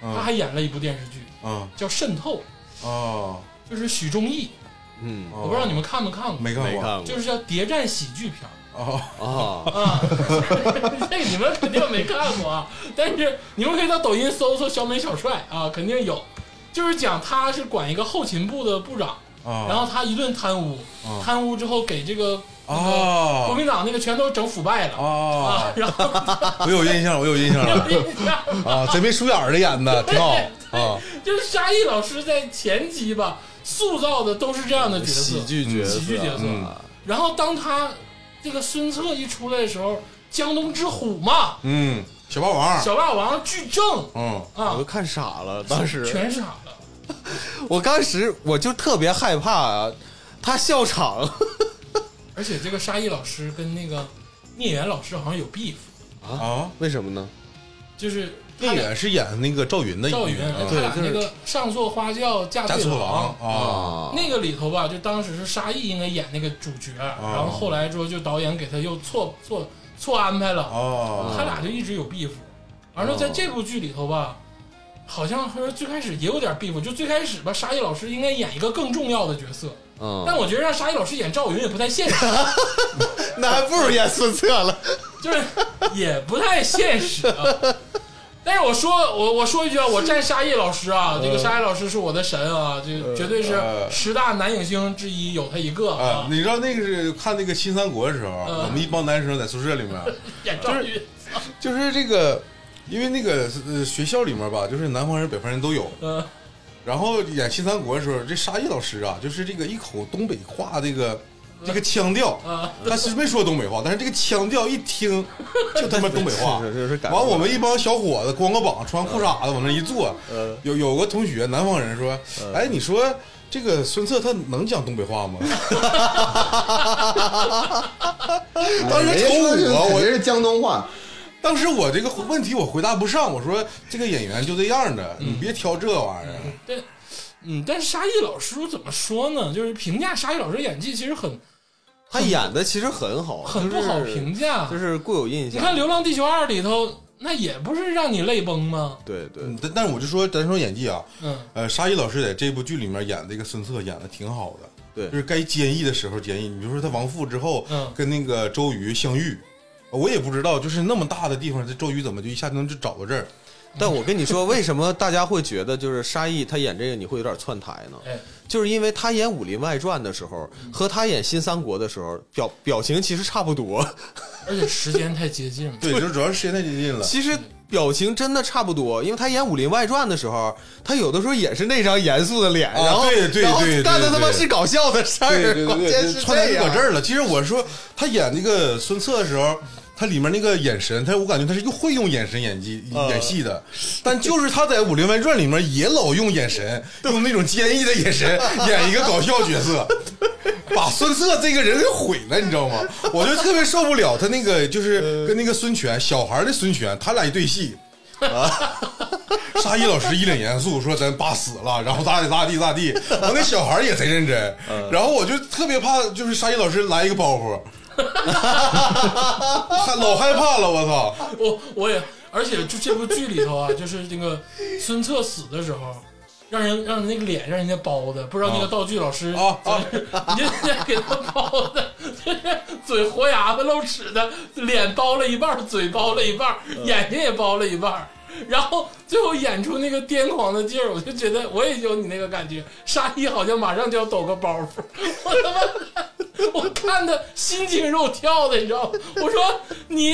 S1: 他还演了一部电视剧
S2: 啊
S1: 叫《渗透
S2: 啊！》，
S1: 就是许忠义，
S3: 嗯，
S1: 我不知道你们看没看过，
S2: 哦没看
S3: 没
S2: 过
S3: 看过，
S1: 就是叫谍战喜剧片儿
S2: 啊。
S3: 啊，
S1: 啊， 这个你们肯定没看过啊，但是你们可以到抖音搜搜小美小帅啊，肯定有，就是讲他是管一个后勤部的部长，
S2: 啊，
S1: 然后他一顿贪污，
S2: 啊
S1: 贪污之后给这个国
S2: 啊
S1: 民党那个全都整腐败了啊
S2: 啊，，
S1: 然后
S2: 我有印象了，我有印象了啊，贼眉鼠眼儿的演的挺好啊，
S1: 就是沙溢老师在前期吧塑造的都是这样的角色
S3: 喜，剧角色，
S1: 喜剧角色
S3: 嗯
S1: 然后当他这个孙策一出来的时候，江东之虎嘛，
S2: 嗯，小霸王，
S1: 小霸王巨正
S2: 嗯
S3: 啊我
S1: 啊
S3: 都，看傻了，当时
S1: 全傻了。
S3: 我当时我就特别害怕啊，他笑场
S1: 而且这个沙溢老师跟那个聂远老师好像有 beef，
S2: 啊，
S3: 为什么呢？
S1: 就是他
S2: 聂
S1: 俩
S2: 远是演那个赵云的
S1: 赵云，
S2: 啊
S1: 他俩
S3: 对就是
S1: 那个上错花轿嫁
S2: 加
S1: 对
S2: 错王啊
S3: 啊，
S1: 那个里头吧，就当时是沙溢应该演那个主角，然后后来之后就导演给他又错错错安排了，
S2: 哦
S1: 他俩就一直有 beef。完了，在这部剧里头吧，好像说最开始也有点 beef，就最开始吧，沙溢老师应该演一个更重要的角色，但
S3: 嗯，
S1: 我觉得让沙溢老师演赵云也不太现实，
S3: 那还不如演孙策了。
S1: 就是也不太现实啊。但是我说我我说一句啊，我站沙溢老师啊，这个沙溢老师是我的神啊，这绝对是
S2: 呃
S1: 十大男影星之一，有他一个
S2: 啊
S1: 啊，，
S2: 你知道那个是看那个《新三国》的时候，
S1: 嗯
S2: 我们一帮男生在宿舍里面，
S1: 演赵云，
S2: 就是这个，因为那个呃学校里面吧，就是南方人、北方人都有，
S1: 嗯
S2: 然后演《新三国》的时候，这沙溢老师啊，就是这个一口东北话，这个
S3: 嗯
S2: 这个腔调，
S1: 啊，
S2: 他是没说东北话，但是这个腔调一听就他妈东北话。
S3: 是是是感觉
S2: 完，我们一帮小伙子光个膀，穿裤衩子往那一坐，
S3: 呃
S2: 有有个同学南方人说：“
S3: 嗯
S2: 哎，你说这个孙策他能讲东北话 吗当时瞅
S4: 人家说
S2: 我
S4: 是
S2: 我
S4: 肯定是江东话，？”
S2: 当时我这个问题我回答不上，我说这个演员就这样的，你别挑这玩意儿。
S1: 但嗯，但是沙溢老师我怎么说呢？就是评价沙溢老师演技，其实很
S3: 他演的其实很好，
S1: 很不好评价。
S3: 哦就是固有印
S1: 你
S3: 象。
S1: 看《流浪地球二》里头，那也不是让你泪崩吗？
S3: 对对，
S2: 嗯但但是我就说，咱说演技啊，
S1: 嗯，
S2: 呃，沙溢老师在这部剧里面演这个孙策演的挺好的，
S3: 对
S2: 就是该坚毅的时候坚毅。你就说他亡父之后，
S1: 嗯
S2: 跟那个周瑜相遇，我也不知道，就是那么大的地方，这周瑜怎么就一下就能就找到这儿？
S3: 但我跟你说，为什么大家会觉得就是沙溢他演这个你会有点窜台呢？
S1: 哎，
S3: 就是因为他演《武林外传》的时候和他演《新三国》的时候表表情其实差不多，
S1: 而且时间太接近 了。
S2: 对，就是主要是时间太接近了。
S3: 其实表情真的差不多。因为他演《武林外传》的时候，他有的时候也是那张严肃的脸，
S2: 啊
S3: 然后
S2: 对对
S3: 然后
S2: 对对
S3: 干的他妈
S2: 对
S3: 是搞 笑的事儿，关键是
S2: 窜台就
S3: 这样
S2: 搁这儿了。其实我说他演那个孙策的时候，他里面那个眼神，他我感觉他是又会用眼神演技、
S3: 嗯
S5: 呃
S2: 演戏的，但就是他在《武林外传》里面也老用眼 神，用那种坚毅的眼神演一个搞笑角色，把孙策这个人给毁了，你知道吗？我就特别受不了他那个就是
S3: 嗯
S2: 跟那个孙权小孩的孙权，他俩一对戏。沙溢老师一脸严肃说：“咱爸死了，然后咋地咋地 咋地。”完那小孩儿也贼认真，然后我就特别怕，就是沙溢老师来一个 包袱，害老害怕了，我操！
S1: 我我也，而且就这部剧里头啊，就是那个孙策死的时候，让人让人那个脸让人家包的，不知道
S3: 哦
S1: 那个道具老师
S2: 啊啊
S1: 你这给他包的，就是嘴活牙子露齿的，脸包了一半儿，嘴包了一半儿，眼睛也包了一半儿，然后最后演出那个癫狂的劲儿，我就觉得我也有你那个感觉，沙溢好像马上就要抖个包袱， 我他妈。我看的心惊肉跳的，你知道吗？我说你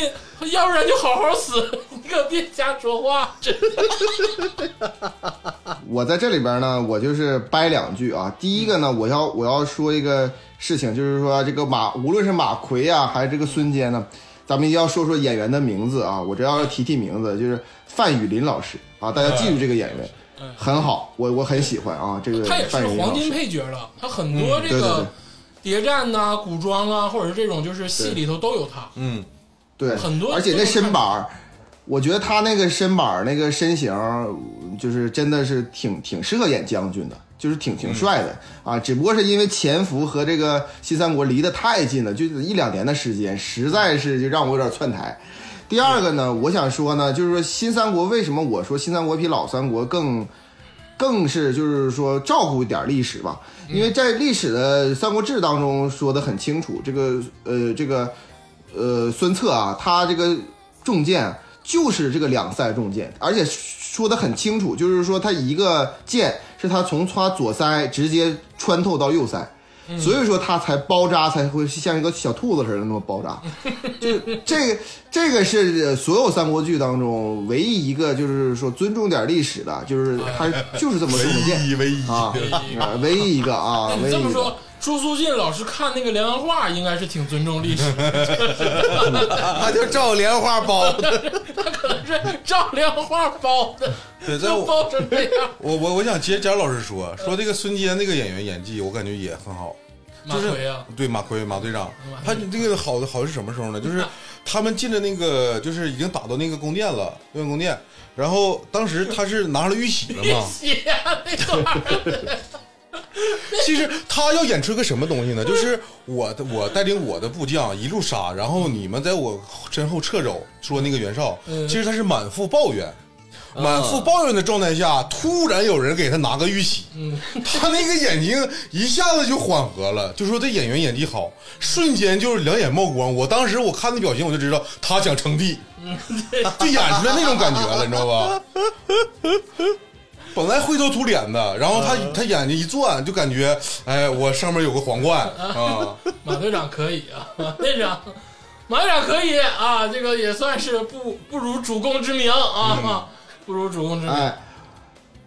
S1: 要不然就好好死，你可别瞎说话。这
S4: 我在这里边呢，我就是掰两句啊。第一个呢，我要我要说一个事情，就是说这个马，无论是马奎啊，还是这个孙坚呢，咱们一定要说说演员的名字啊。我这要提提名字，就是范雨林老师啊，大家记住这个演员，很好，我我很喜欢啊。这个
S1: 嗯他也是
S4: 范雨林
S1: 黄
S4: 老
S1: 金
S4: 师，
S1: 配角了，他很多这
S4: 对对对
S1: 个谍战呐、古装啊，或者是这种就是戏里头都有他。
S2: 嗯，
S4: 对，
S1: 很多
S4: 而且那身板儿。我觉得他那个身板儿、那个身形儿，就是真的是挺挺适合演将军的，就是挺挺帅的、啊。只不过是因为潜伏和这个新三国离得太近了，就是一两年的时间，实在是就让我有点窜台。第二个呢，我想说呢，就是说新三国为什么我说新三国比老三国更更是就是说照顾一点历史吧，
S1: 嗯
S4: 因为在历史的《三国志》当中说的很清楚，这个呃这个呃孙策啊，他这个中箭就是这个两塞中箭，而且说的很清楚，就是说他一个箭是他从他左腮直接穿透到右腮。
S1: 嗯
S4: 所以说他才包扎，才会像一个小兔子似的那么 包扎。就这个，这个是呃所有三国剧当中唯一一个，就是说尊重点历史的，就是他就是这么说的
S2: 唯一唯一
S4: 啊
S1: 对对对
S4: 啊，唯一一个啊
S1: 那，你
S4: 唯一
S1: 这
S4: 一
S1: 么
S4: 个。
S1: 说，朱苏进老师看那个连环画，应该是挺尊重历史的，
S3: 他就照莲花包的。
S1: 他可能是照连环画包的，
S2: 对，在
S1: 就
S2: 我
S1: 包成这 样。
S2: 我我我想接贾老师说说这个孙坚那个演员演技，我感觉也很好。
S1: 马奎啊，
S2: 对马奎马队长
S1: 马，
S2: 他这个好的好是什么时候呢？就是他们进了那个，就是已经打到那个宫殿了，六元宫殿。然后当时他是拿了玉玺了
S1: 别
S2: 嘛？
S1: 写啊那段 儿，
S2: 其实他要演出个什么东西呢？就是我的我带领我的部将一路杀，然后你们在我身后掣肘，说那个袁绍，
S1: 嗯啊
S2: 其实他是满腹抱怨。满腹抱怨的状态下，突然有人给他拿个玉玺，
S1: 嗯
S2: 他那个眼睛一下子就缓和了，就说这演员演技好，瞬间就是两眼冒光。我当时我看那表情，我就知道他想称帝，
S1: 嗯
S2: 就演出来那种感觉了，你知道吧？本来灰头土脸的，然后他他眼睛一转，就感觉哎，我上面有个皇冠啊，
S1: 马队长可以啊，马队长，马队长可以啊，这个也算是不不辱主公之名啊，不辱主公之名。
S4: 嗯哎，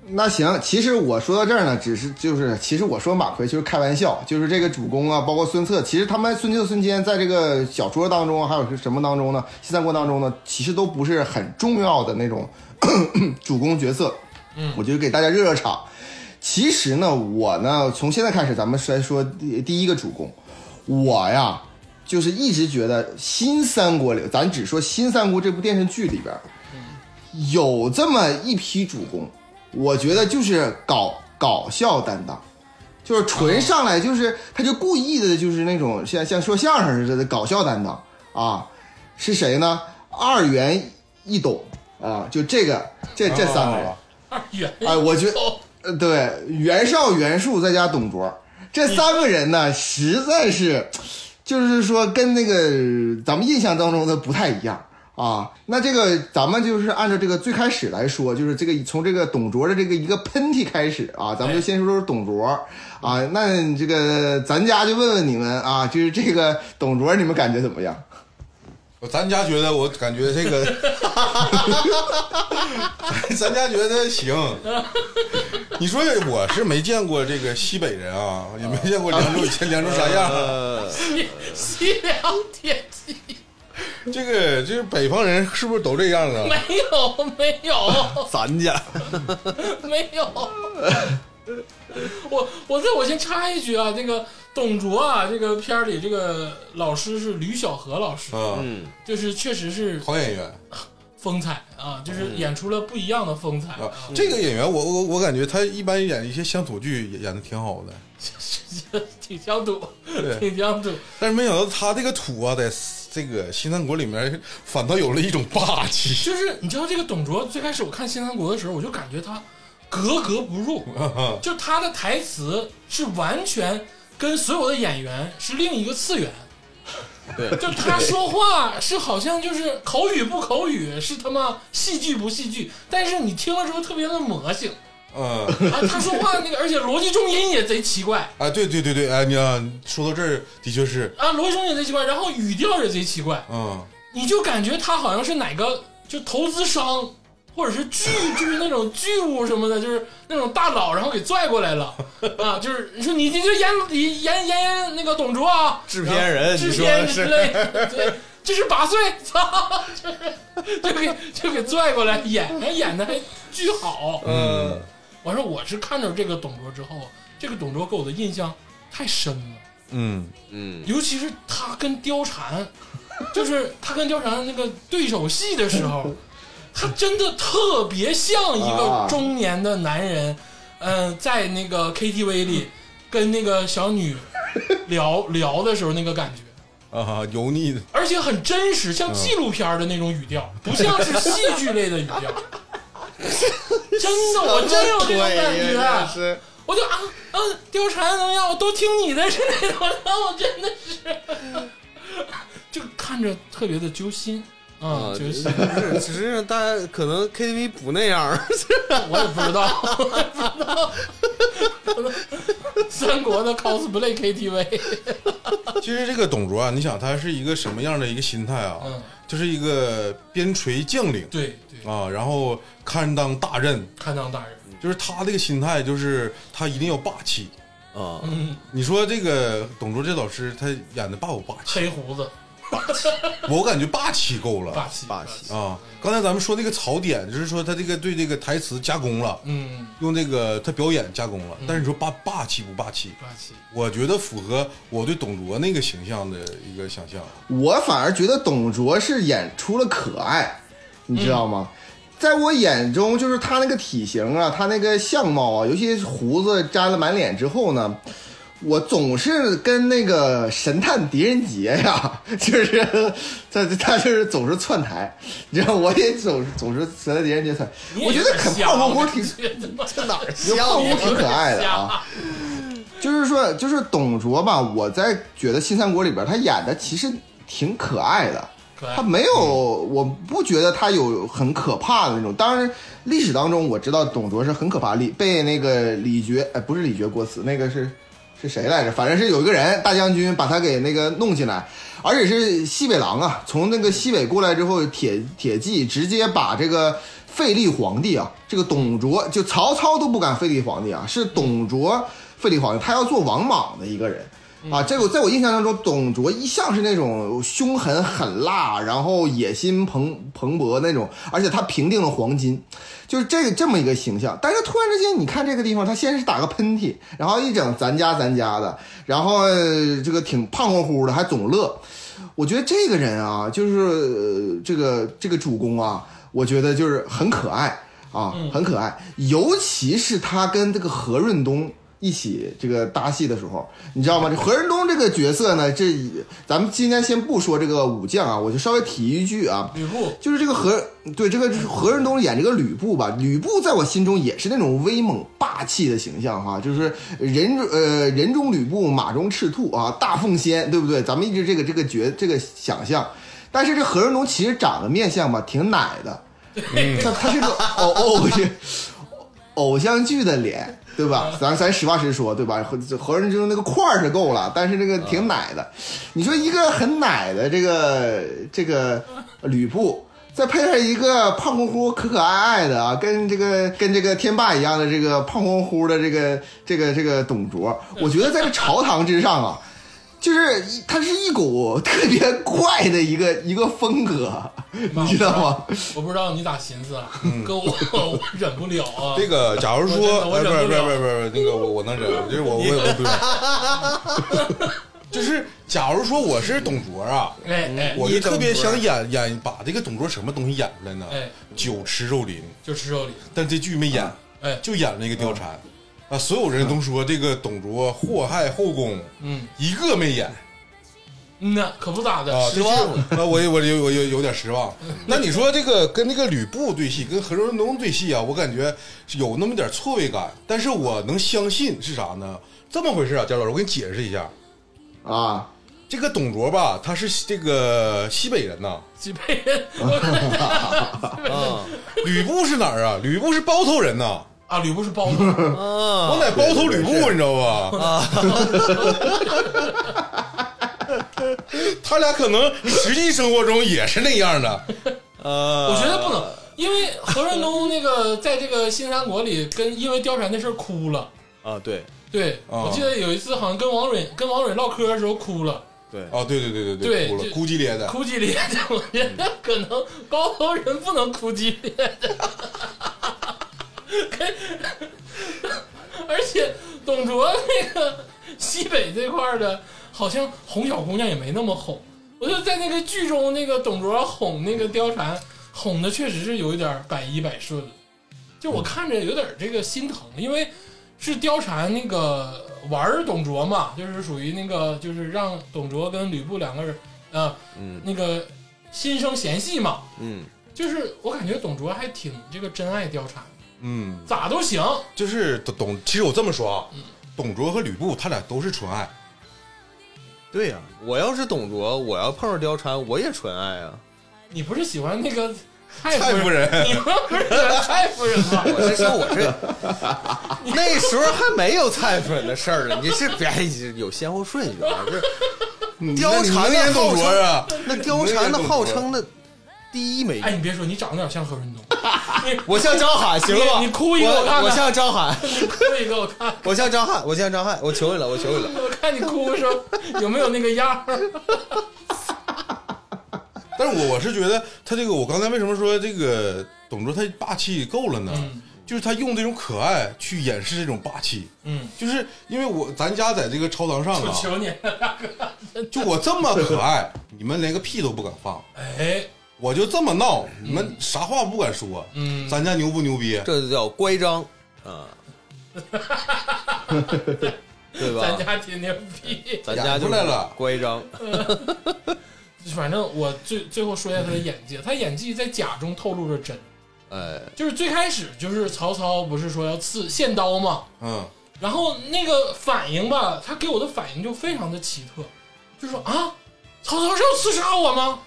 S4: 那行，其实我说到这儿呢，只是就是，其实我说马奎就是开玩笑，就是这个主公啊，包括孙策，其实他们孙策、孙坚在这个小说当中，还有是什么当中呢？新三国当中呢，其实都不是很重要的那种 主公角色。嗯，我就给大家热热场。其实呢，我呢，从现在开始，咱们来说第第一个主公，我呀，就是一直觉得新三国里，咱只说新三国这部电视剧里边，有这么一批主公，我觉得就是搞搞笑担当，就是纯上来就是他就故意的，就是那种像像说相声似的搞笑担当啊，是谁呢？二元一懂啊，就这个这这三个人。
S1: 二元
S4: 哎，我觉得
S1: 哦，
S4: 呃对袁绍、袁术再加董卓这三个人呢，实在是，就是说跟那个咱们印象当中的不太一样啊。那这个咱们就是按照这个最开始来说，就是这个从这个董卓的这个一个喷嚏开始啊，咱们就先说说董卓啊。那这个咱家就问问你们啊，就是这个董卓，你们感觉怎么样？
S2: 咱家觉得我感觉这个， 咱家觉得行。你说我是没见过这个西北人啊，也没
S3: 嗯
S2: 见过凉州以前凉州啥样，
S3: 呃，
S1: 西凉铁骑，
S2: 这个这个北方人是不是都这样啊？
S1: 没有，没有。
S3: 咱家
S1: 没有。我我在我先插一句啊，那个董卓啊，这个片儿里这个老师是吕小河老师，
S2: 啊，
S3: 嗯，
S1: 就是确实是
S2: 好演员
S1: 风采啊，就是演出了不一样的风采
S2: 啊，这个演员我我我感觉他一般演一些乡土剧也演的挺好的，
S1: 挺乡土，
S2: 对，
S1: 挺乡土。
S2: 但是没想到他这个土啊，在这个新三国里面反倒有了一种霸气，
S1: 就是你知道这个董卓最开始我看《新三国》的时候，我就感觉他格格不入，就他的台词是完全跟所有的演员是另一个次元。
S3: 对
S1: 就他说话是好像就是口语不口语，是他妈戏剧不戏剧，但是你听了之后特别的魔性
S2: 嗯。
S1: 啊！他说话那个，而且逻辑重音也贼奇怪
S2: 啊，对对对对，哎，你啊，说到这儿的确是，
S1: 啊，逻辑重音也贼奇怪，然后语调也贼奇怪，
S2: 嗯，
S1: 你就感觉他好像是哪个就投资商或者是 巨就是那种巨物什么的，就是那种大佬，然后给拽过来了 啊！就是你说你这就演你演演演那个董卓啊，
S3: 制片人，
S1: 制
S3: 你说
S1: 片之
S3: 是
S1: 类的， 对，这是把岁，操，就是就给就给拽过来演，然后演的还巨好。
S2: 嗯，
S1: 我说我是看着这个董卓之后，这个董卓给我的印象太深了，
S2: 嗯，
S3: 嗯，
S1: 尤其是他跟貂蝉， 就是他跟貂蝉那个对手戏的时候，他真的特别像一个
S4: 啊
S1: 中年的男人，嗯、在那个 KTV 里跟那个小女聊聊的时候那个感觉。
S2: 啊，油腻的，
S1: 而且很真实，
S3: 嗯
S1: 像纪录片儿的那种语调，不像是戏剧类的语 调。真的，我真有这种感
S3: 对呀
S1: 觉，
S3: 是
S1: 我就啊啊，貂蝉怎么样，我都听你的之类的，然后我真的是，就看着特别的揪心啊，揪心，
S3: 是，嗯只是大家可能 KTV 不那样儿，
S1: 我也不知道， 我也不知道，三国的 cosplay KTV，
S2: 其实这个董卓啊，你想他是一个什么样的一个心态啊？
S1: 嗯
S2: 就是一个边陲将领
S1: 对对，
S2: 啊，然后堪当大任，
S1: 看当大人，
S2: 就是他这个心态，就是他一定要霸气。
S3: 啊，
S1: 嗯，
S2: 你说这个董卓这老师，他演的霸不霸气？
S1: 黑胡子，
S2: 我感觉霸气够
S1: 霸
S2: 了
S1: 气
S3: 霸气
S1: 气，
S2: 啊。刚才咱们说那个槽点，就是说他这个对这个台词加工了，
S1: 嗯，
S2: 用这个他表演加工了，但是你说霸霸气不霸气？
S1: 霸气。
S2: 我觉得符合我对董卓那个形象的一个想象。
S1: 啊
S4: 我反而觉得董卓是演出了可爱，你知道吗？在我眼中，就是他那个体型啊，他那个相貌啊，尤其是胡子粘了满脸之后呢，我总是跟那个神探狄仁杰呀， 就是他他就是总是窜台，你知道，我也总是总是神探狄仁杰窜，我觉得很胖乎乎挺
S1: 这哪儿
S4: 有胖乎挺可爱的啊。
S1: 瞎？
S4: 就是说，就是董卓吧，我在觉得《新三国》里边他演的其实挺可爱的，
S1: 可爱
S4: 他没有，我不觉得他有很可怕的那种。当然，历史当中我知道董卓是很可怕，李被那个李傕，哎，不是李傕郭汜，那个是是谁来着？反正是有一个人大将军把他给那个弄进来，而且是西北狼啊，从那个西北过来之后，铁铁骑直接把这个废立皇帝啊，这个董卓就曹操都不敢废立皇帝啊，是董卓废立皇帝，他要做王莽的一个人。啊，这个在我印象当中，董卓一向是那种凶狠狠辣，然后野心蓬蓬勃那种，而且他平定了黄巾，就是这个这么一个形象。但是突然之间，你看这个地方，他先是打个喷嚏，然后一整咱家咱家的，然后呃这个挺胖乎乎的，还总乐。我觉得这个人啊，就是、呃、这个这个主公啊，我觉得就是很可爱啊，很可爱。尤其是他跟这个何润东一起这个搭戏的时候，你知道吗？这何润东这个角色呢，这咱们今天先不说这个武将啊，我就稍微提一句啊，
S1: 吕布
S4: 就是这个何对这个何润东演这个吕布吧，吕布在我心中也是那种威猛霸气的形象哈，就是人呃人中吕布，马中赤兔啊，大奉先，对不对？咱们一直这个这个觉这个想象，但是这何润东其实长得面相吧，挺奶的，他他是个哦偶偶像偶像剧的脸，对吧？咱咱实话实说，对吧？和和人中那个块儿是够了，但是这个挺奶的。你说一个很奶的这个这个吕布，再配上一个胖乎乎、可可爱爱的啊，跟这个跟这个天霸一样的这个胖乎乎的这个这个这个董卓，我觉得在这朝堂之上啊。就是一它是一股 特别怪的一个一个风格，你知道吗？
S1: 我不知道你咋寻思啊，
S4: 嗯
S1: 哥我我忍不了啊。
S2: 这个，假如说，
S1: 我
S2: 哎，
S1: 真的
S2: 不是
S1: 我忍不
S2: 不是
S1: 了
S2: 不是不是，那个我我能忍，就是我我也我不忍。 就是假如说我是董卓啊，
S1: 哎哎，
S4: 嗯
S2: 我
S3: 你
S2: 就
S3: 董
S2: 特别
S3: 卓
S2: 想演演把这个董卓什么东西演出来呢？
S1: 哎
S2: 酒池肉林，
S1: 就吃肉里，
S2: 但这剧没演，
S1: 哎
S2: 就演了一个貂蝉。啊，所有人都说这个董卓祸害后宫，
S1: 嗯
S2: 一个没演
S1: 嗯呐，可不咋的，
S2: 啊，
S1: 失望了。
S2: 啊，我也我有我有有点失望。那你说这个跟那个吕布对戏，跟何炅东对戏啊，我感觉是有那么点错位感，但是我能相信是啥呢？这么回事啊，姜老师，我给你解释一下，
S4: 啊，
S2: 这个董卓吧，他是这个西北人呐、
S1: 几辈人
S3: 啊
S2: 吕布是哪儿啊？吕布是包头人呐、
S1: 啊，吕布是包子，
S3: 啊
S2: 我，乃包头吕布，你知道吧？ 他俩可能实际生活中也是那样的，
S3: 我
S1: 我觉得不 能，因为何润东那个在这个新三国里跟因为貂蝉的事儿哭了。
S3: 能啊，对
S1: 对，
S2: 啊
S1: 我记得有一次好像跟王蕊跟王蕊唠嗑的时候哭了，
S3: 对，
S2: 哦，对对对
S1: 对
S2: 哭了，
S1: 就
S2: 哭唧咧的。
S1: 哭激烈的，我觉得可能包头人不能哭激烈的，而且董卓那个西北这块儿的，好像哄小姑娘也没那么哄。我就在那个剧中，那个董卓哄那个貂蝉，哄的确实是有一点呃百依百顺了，就我看着有点这个心疼，因为是貂蝉那个玩儿董卓嘛，就是属于那个就是让董卓跟吕布两个人，呃，
S3: 嗯
S1: 那个心生嫌隙嘛，
S3: 嗯，
S1: 就是我感觉董卓还挺这个真爱貂蝉，
S2: 嗯，
S1: 咋都行，
S2: 就是董董，其实我这么说啊，董卓和吕布他俩都是纯爱，
S3: 对呀，我要是董卓，我要碰上貂蝉，我也纯爱啊，
S1: 你不是喜欢那个蔡
S2: 蔡夫
S1: 人？
S2: 人。
S1: 你们哎不是喜欢蔡夫人吗？
S3: 我是说我 是那时候还没有蔡夫人的事儿呢，你是别有先后顺序啊，这 貂
S2: 嗯那
S3: 蝉的
S2: 年董
S3: 号
S2: 卓
S3: 称
S2: 啊，
S3: 那貂蝉的号称的第一美
S1: 哎，
S3: 女，
S1: 你别说，你长得有点像何润东，你
S3: 我像张翰行了吧？
S1: 你你哭一个我看看
S3: 我像张翰，
S1: 你哭一个，我看
S3: 我像张翰，我像张翰，我求你了，我求你了。
S1: 我看你哭的时候有没有那个样儿。
S2: 但是我我是觉得他这个，我刚才为什么说这个董卓他霸气够了呢？
S1: 嗯
S2: 就是他用这种可爱去掩饰这种霸气，
S1: 嗯，
S2: 就是因为我咱家在这个朝堂上
S1: 我
S2: 啊，
S1: 求你，
S2: 就我这么可爱，你们连个屁都不敢放，
S1: 哎，
S2: 我就这么闹，你们啥话不敢说，
S1: 嗯，
S2: 咱家牛不牛逼？
S3: 这就叫乖张 啊，对
S1: 咱
S3: 吧？
S1: 家天天屁。
S3: 咱家
S2: 演
S3: 就
S2: 出来了
S3: 乖张，
S1: 反正我最最后说一下他的演技，他演技在假中透露着真，
S3: 哎，
S1: 就是最开始就是曹操不是说要刺献刀吗？
S2: 嗯，
S1: 然后那个反应吧，他给我的反应就非常的奇特，就说啊，曹操是要刺杀我吗？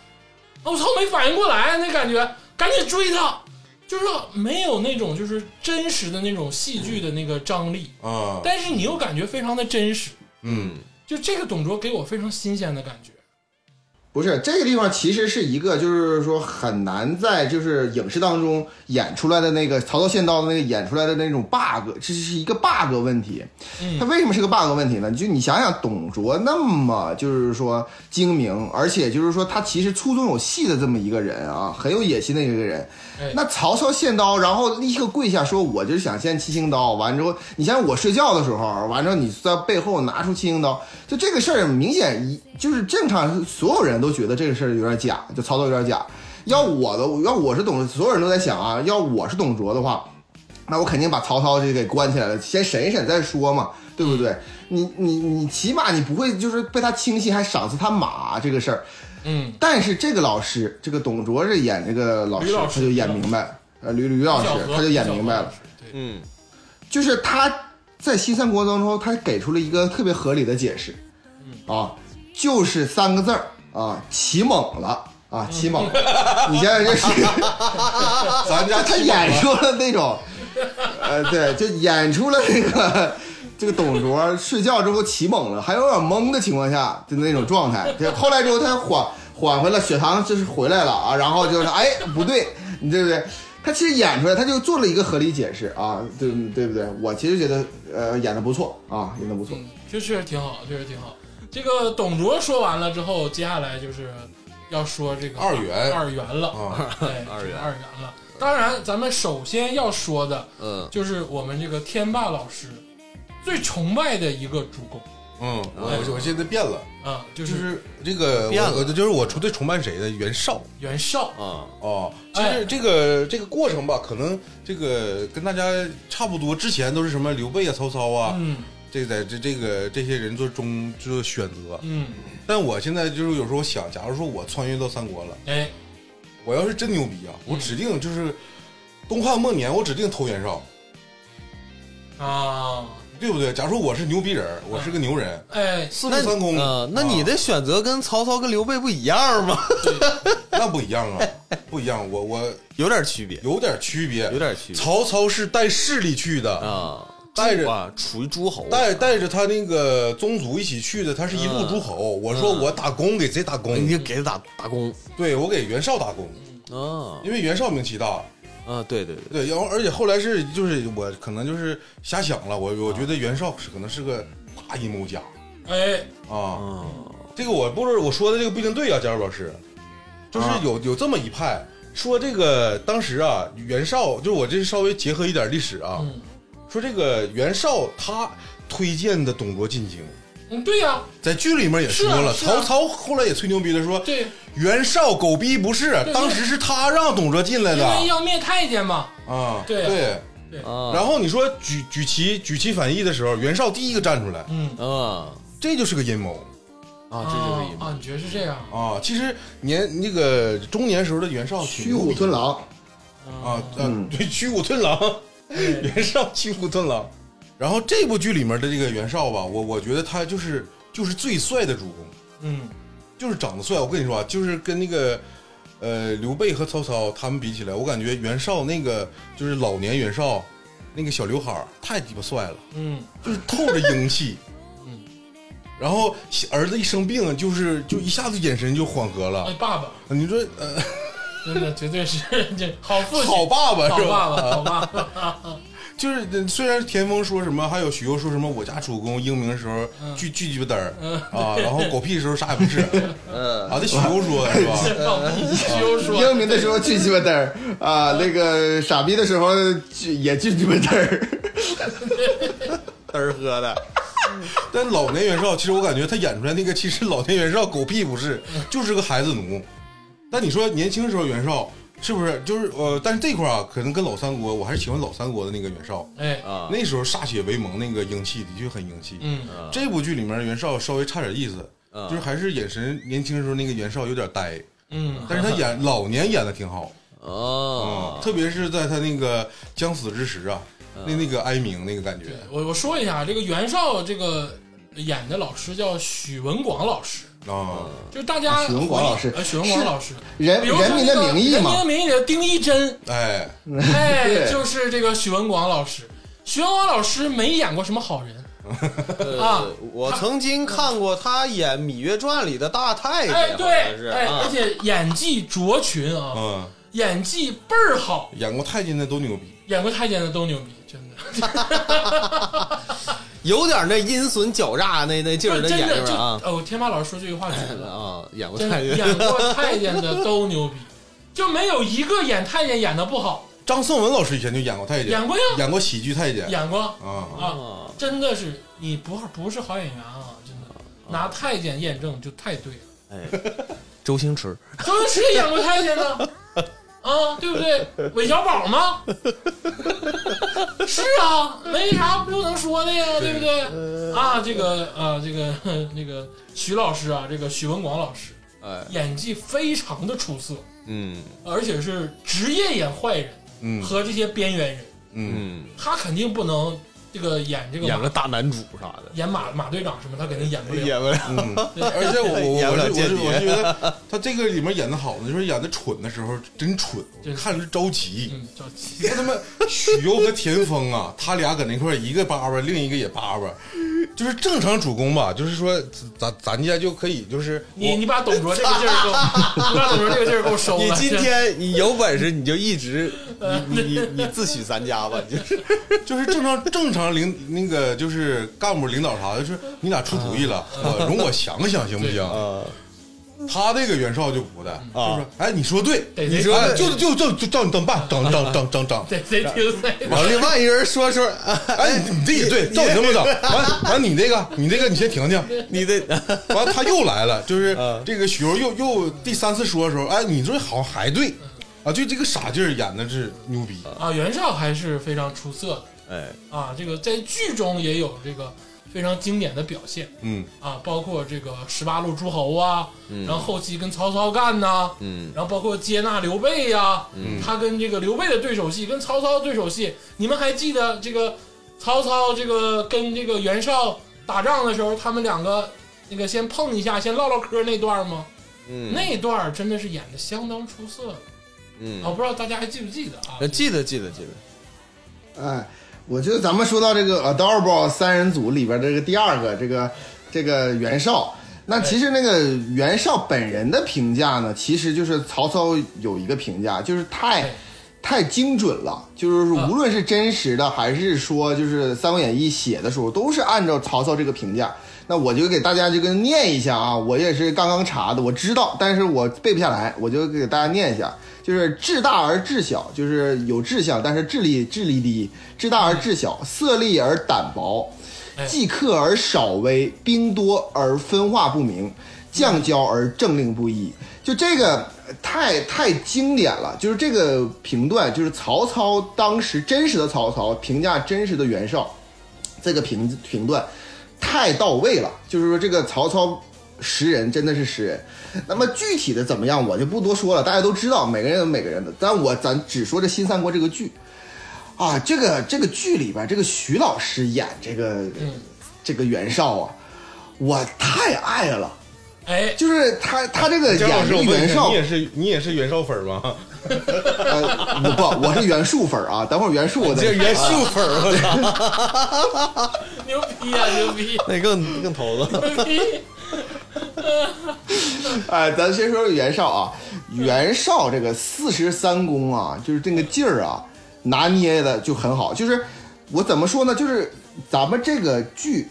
S1: 啊，我操，没反应过来，那感觉赶紧追他，就是没有那种就是真实的那种戏剧的那个张力，
S2: 啊，
S1: 但是你又感觉非常的真实，
S2: 嗯，
S1: 就这个董卓给我非常新鲜的感觉。
S4: 不是这个地方其实是一个，就是说很难在就是影视当中演出来的那个曹操献刀的那个演出来的那种 bug，这是一个 bug 问题。它为什么是个 bug 问题呢？就你想想，董卓那么就是说精明，而且就是说他其实粗中有细的这么一个人啊，很有野心的一个人
S1: 哎。
S4: 那曹操献刀，然后立刻跪下说：“我就是想献七星刀。”完之后，你想想我睡觉的时候，完之后你在背后拿出七星刀，就这个事儿明显一就是正常，所有人都觉得这个事儿有点假，就曹操有点假。要我的，要我是董，所有人都在想啊，要我是董卓的话，那我肯定把曹操这给关起来了，先审一审再说嘛，对不对？你你你起码你不会就是被他轻信还赏赐他马这个事儿，
S1: 嗯，
S4: 但是这个老师，这个董卓是演这个老师，
S1: 吕老师
S4: 他就演明白，呃，吕吕老师
S1: 小何
S4: 他就演明白了，，
S1: 对，
S3: 嗯，
S4: 就是他在新三国当中，他给出了一个特别合理的解释，啊，就是三个字儿啊，起猛了啊，起猛了，你想想这是。
S2: 咱家
S4: 他
S2: 起码
S4: 演出了那种，呃，对，就演出了那个这个董卓睡觉之后起猛了，还有点懵的情况下的那种状态。对，后来之后他缓缓回了，血糖就是回来了啊，然后就是哎不对，你对不对？他其实演出来，他就做了一个合理解释啊，对对不对？我其实觉得呃演的不错啊，演的不错。
S1: 嗯嗯，就确实挺好，确实挺好。这个董卓说完了之后，接下来就是要说这个
S2: 二元
S1: 二元了，
S2: 啊，
S1: 对，
S3: 二元
S1: 二元了。当然，咱们首先要说的
S3: 嗯
S1: 就是我们这个天霸老师最崇拜的一个主公
S2: 嗯，我我现在变了，
S1: 啊，就
S2: 就是是这个
S3: 变了
S2: 我我就是我除对崇拜谁的袁绍
S1: 袁绍。
S3: 啊，
S2: 哦，其实这个这个过程吧，可能这个跟大家差不多，之前都是什么刘备啊、曹操啊，
S1: 嗯
S2: 这在这这个这些人做中做选择，
S1: 嗯，
S2: 但我现在就是有时候想，假如说我穿越到三国了，
S1: 哎，
S2: 我要是真牛逼啊，我指定就是东汉末年，我指定投袁绍，
S1: 啊，
S2: 对不对？假如说我是牛逼人儿，我是个牛人，
S1: 哎，
S2: 四路三公
S3: 啊，那你
S2: 的
S3: 的选择跟曹操跟刘备不一样吗？
S2: 那不一样啊，不一样，我我
S3: 有点区别，
S2: 有点区别
S3: 有。点区别
S2: 曹操是带势力去的，
S3: 啊，
S2: 带着
S3: 啊，处于诸侯，
S2: 带带着他那个宗族一起去的，他是一路诸侯。我说我打工给谁打
S3: 你
S2: 工？
S3: 就给他打打工
S2: 对我给袁绍打工，
S3: 啊
S2: 因为袁绍名气大。
S3: 啊，对对对，
S2: 对，然后而且后来是就是我可能就是瞎想了，我我觉得袁绍是可能是个大阴谋家
S1: 哎，
S2: 啊。
S3: 嗯
S2: 这个我不知道我说的这个不一定对啊，佳茹老师，就是
S3: 啊
S2: 有有这么一派说这个当时啊，袁绍就是我这稍微结合一点历史啊，
S1: 嗯
S2: 说这个袁绍他推荐的董卓进京，
S1: 嗯，对呀，
S2: 在剧里面也说了，
S1: 是啊是啊
S2: 曹操后来也吹牛逼的说
S1: 对，
S2: 袁绍狗逼不是，
S1: 对
S2: 当时是他让董卓进来
S1: 因
S2: 的
S1: 为要灭太监嘛，
S2: 啊，
S1: 对啊
S3: 啊，
S2: 然后你说举举旗举旗反义的时候，袁绍第一个站出来，
S1: 嗯，
S3: 啊
S2: 这就是个阴谋
S3: 啊，这就是一
S1: 啊，你觉得是这样？
S2: 啊！其实年那个中年时候的袁绍挺
S4: 虚虎吞狼，
S2: 啊，呃
S4: 嗯
S2: 对，驱虎吞狼，
S1: 对
S2: 袁绍驱虎吞狼。然后这部剧里面的这个袁绍吧，我我觉得他就是就是最帅的主公，
S1: 嗯，
S2: 就是长得帅。我跟你说啊，就是跟那个呃刘备和曹操他们比起来，我感觉袁绍那个就是老年袁绍那个小刘海儿太鸡巴帅了，
S1: 嗯，
S2: 就是透着 英气。
S1: 嗯，
S2: 然后儿子一生病，就是就一下子眼神就缓和
S1: 哎
S2: 了。，
S1: 爸爸，
S2: 你说呃，
S1: 真的绝对是这好父亲，
S2: 好爸爸
S1: 好
S2: 是吧？
S1: 爸爸，好爸爸，
S2: 就是呃虽然田丰说什么，还有许攸说什么，我家主公英明的时候
S1: 嗯
S2: 巨巨鸡巴嘚儿
S1: 嗯
S2: 啊，然后狗屁的时候啥也不 是啊，
S3: 个呃
S2: 这许攸说的是吧？
S1: 休说，
S4: 英明的时候巨鸡巴嘚儿啊，那个傻逼的时候巨也巨鸡巴嘚儿。
S3: 嘚儿喝的，
S2: 但老年袁绍，其实我感觉他演出来那个，其实老年袁绍狗屁不是，就是个孩子奴。但你说年轻时候袁绍是不是就是呃？但是这块儿啊，可能跟老三国，我还是喜欢老三国的那个袁绍。
S1: 哎，
S3: 啊，
S2: 那时候歃血为盟那个英气的确很英气。
S1: 嗯，
S2: 这部剧里面袁绍稍微差点意思，
S3: 嗯
S2: 就是还是眼神年轻时候那个袁绍有点呆，
S1: 嗯，
S2: 但是他演老年演的挺好啊、
S3: 哦，
S2: 特别是在他那个将死之时啊，那那个哀鸣那个感觉
S1: 对我我说一下，这个袁绍这个演的老师叫许文广老师，
S2: 啊，
S1: 就是大家
S4: 许文广老师
S1: 呃许文广
S4: 是
S1: 老师，
S4: 人
S1: 比如说
S4: 人民的
S1: 这个
S4: 名义嘛
S1: 人民的名义的丁一 真，
S2: 哎，
S1: 哎，
S4: 对
S1: 就是这个许文广老师。许文广老师没演过什么好人，啊
S3: 呃我曾经看过他演《芈月传》里的大
S1: 哎，
S3: 太监，好像
S1: 对，
S3: 是
S1: 哎，而
S3: 啊，
S1: 且演技卓群啊，
S2: 嗯，
S1: 演技倍儿好，
S2: 演过太监的都牛逼，
S1: 演过太监的都牛逼，真的，
S3: 有点那阴损狡诈那那劲儿
S1: 真
S3: 的演
S1: 的
S3: 员
S1: 就
S3: 啊
S1: 哦，天霸老师说这句话绝了，
S3: 啊，演过
S1: 真
S3: 太
S1: 的
S3: 监，
S1: 演过太监的都牛逼，就没有一个演太监演的不好，
S2: 张颂文老师以前就演过太监，
S1: 演过呀，
S2: 演过喜剧太 监
S1: 演过
S2: 啊，
S1: 啊，
S3: 啊
S1: 真的是你不不是好演员啊，真的拿太监验证就太 对了，
S3: 哎，周星驰
S1: 周星驰也演过太监呢，啊，对不对？韦小宝 吗？是啊，没啥不能说的呀，对不对？啊，这个啊，这个 那个徐老师啊，这个许文广老师
S3: 哎，
S1: 演技非常的出色，
S2: 嗯
S1: 而且是职业演坏人。
S2: 嗯
S1: 和这些边缘人，
S2: 嗯，
S3: 嗯，
S1: 他肯定不能这个演这个马
S3: 演个大男主啥的，
S1: 演马马队长什么，他肯定演不了。
S3: 演不了
S2: 嗯， 而且我我
S3: 演
S2: 我
S3: 不了
S2: 是我是
S3: 间谍
S2: 我是觉得 他这个里面演的好呢，就是演的蠢的时候真蠢，
S1: 真
S2: 我看着着急。
S1: 嗯，叫齐
S2: 他他妈许攸和田丰啊，他俩搁那块儿一个叭叭，另一个也叭叭，就是正常主攻吧，就是说咱咱家就可以就是
S1: 你你 把董卓这个劲儿给我，你把董卓这个劲儿给我收了。
S3: 你今天你有本事你就一直你你你自取咱家吧，你 就是
S2: 就是正常正常领那个就是干部领导啥的，就是你俩出主意了，我容我想想行不行？
S3: 啊
S2: 他这个袁绍就不的，就是哎，你说对，
S1: 对
S2: 你说哎就就就就照你整办，整整整整整，
S1: 得得听谁
S3: 然后另外一人说说， 啊
S2: 哎，你这也对，照你这么整，完完你这个你这个你先停停，
S3: 你得
S2: 完他又来了，就是
S3: 嗯
S2: 这个许攸又又第三次说的时候，哎，你这好像还对，啊，就这个傻劲儿演的是牛逼，
S1: 啊？袁绍还是非常出色的。
S3: 哎
S1: 啊，这个在剧中也有这个非常经典的表现
S2: 嗯，
S1: 啊，包括这个十八路诸侯啊，然后后期跟曹操干呐、
S3: 嗯，
S1: 然后包括接纳刘备呀、他跟这个刘备的对手戏，跟曹操的对手戏，你们还记得这个曹操这个跟这个袁绍打仗的时候，他们两个那个先碰一下，先唠唠嗑那段吗？
S3: 嗯
S1: 那段儿真的是演的相当出色啊！
S3: 嗯，
S1: 我不知道大家还记不记得啊？
S3: 记得记得记得，
S4: 哎，我觉得咱们说到这个 Adorable 三人组里边这个第二个这个这个袁绍，那其实那个袁绍本人的评价呢，其实就是曹操有一个评价，就是太
S1: 哎。
S4: 太精准了，就是
S1: 嗯
S4: 无论是真实的还是说就是《三国演义》写的时候，都是按照曹操这个评价。那我就给大家这个念一下啊，我也是刚刚查的，我知道，但是我背不下来，我就给大家念一下，就是志大而志小，就是有志向，但是智力智力低；志大而志小，色厉而胆薄
S1: 哎，
S4: 既克而少威，兵多而分化不明，将骄而政令不一。就这个呃太太经典了，就是这个评断，就是曹操当时真实的曹操评价真实的袁绍，这个评评断太到位了，就是说这个曹操识人真的是识人。那么具体的怎么样，我就不多说了，大家都知道，每个人有每个人的。但我咱只说这《新三国》这个剧啊，这个这个剧里边，这个徐老师演这个、这个袁绍啊，我太爱了。
S1: 哎，
S4: 就是他，他这个演这个袁绍，
S2: 是你也是袁绍粉吗？
S4: 呃，我不，我是袁术粉儿啊。等会儿袁术我再
S3: 这袁术粉儿，我操，
S1: 牛逼啊，牛逼！
S3: 那更更头子，
S1: 牛逼！
S4: 哎，咱先说说袁绍啊，袁绍这个四十三公啊，就是这个劲儿啊，拿捏的就很好。就是我怎么说呢？就是咱们这个剧，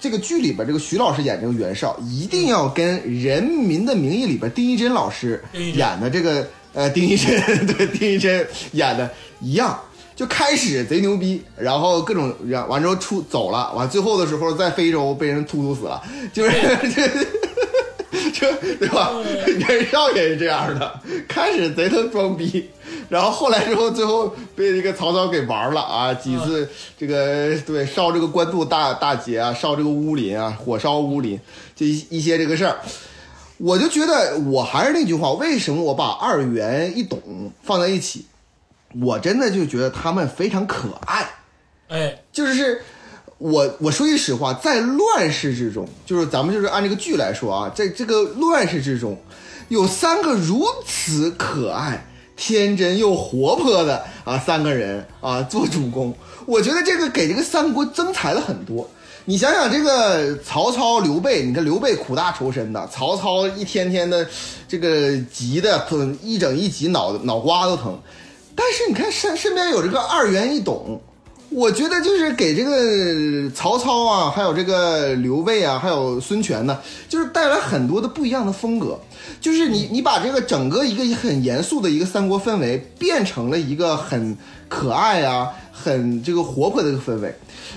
S4: 这个剧里边这个徐老师演这个袁绍，一定要跟《人民的名义》里边丁一真老师
S1: 丁一真
S4: 演的这个呃丁一真 对丁一真演的一样。就开始贼牛逼，然后各种，然完之后出走了，完最后的时候在非洲被人突突死了，就是 这这对吧？袁绍也是这样的，开始贼能装逼，然后后来之后，最后被这个曹操给玩了啊！几次这个对烧这个官渡大大捷啊，烧这个乌林啊，火烧乌林，这一一些这个事儿，我就觉得我还是那句话，为什么我把二元一懂放在一起？我真的就觉得他们非常可爱，
S1: 哎，
S4: 就是我我说句实话，在乱世之中，就是咱们就是按这个剧来说啊，在这个乱世之中，有三个如此可爱、天真又活泼的啊三个人啊做主公，我觉得这个给这个三国增彩了很多。你想想这个曹操、刘备，你看刘备苦大仇深的，曹操一天天的这个急的，疼一整一急脑脑瓜都疼。但是你看身身边有这个二元一懂，我觉得就是给这个曹操啊，还有这个刘备啊，还有孙权呢、就是带来很多的不一样的风格。就是你你把这个整个一个很严肃的一个三国氛围，变成了一个很可爱啊、很这个活泼的一个氛围。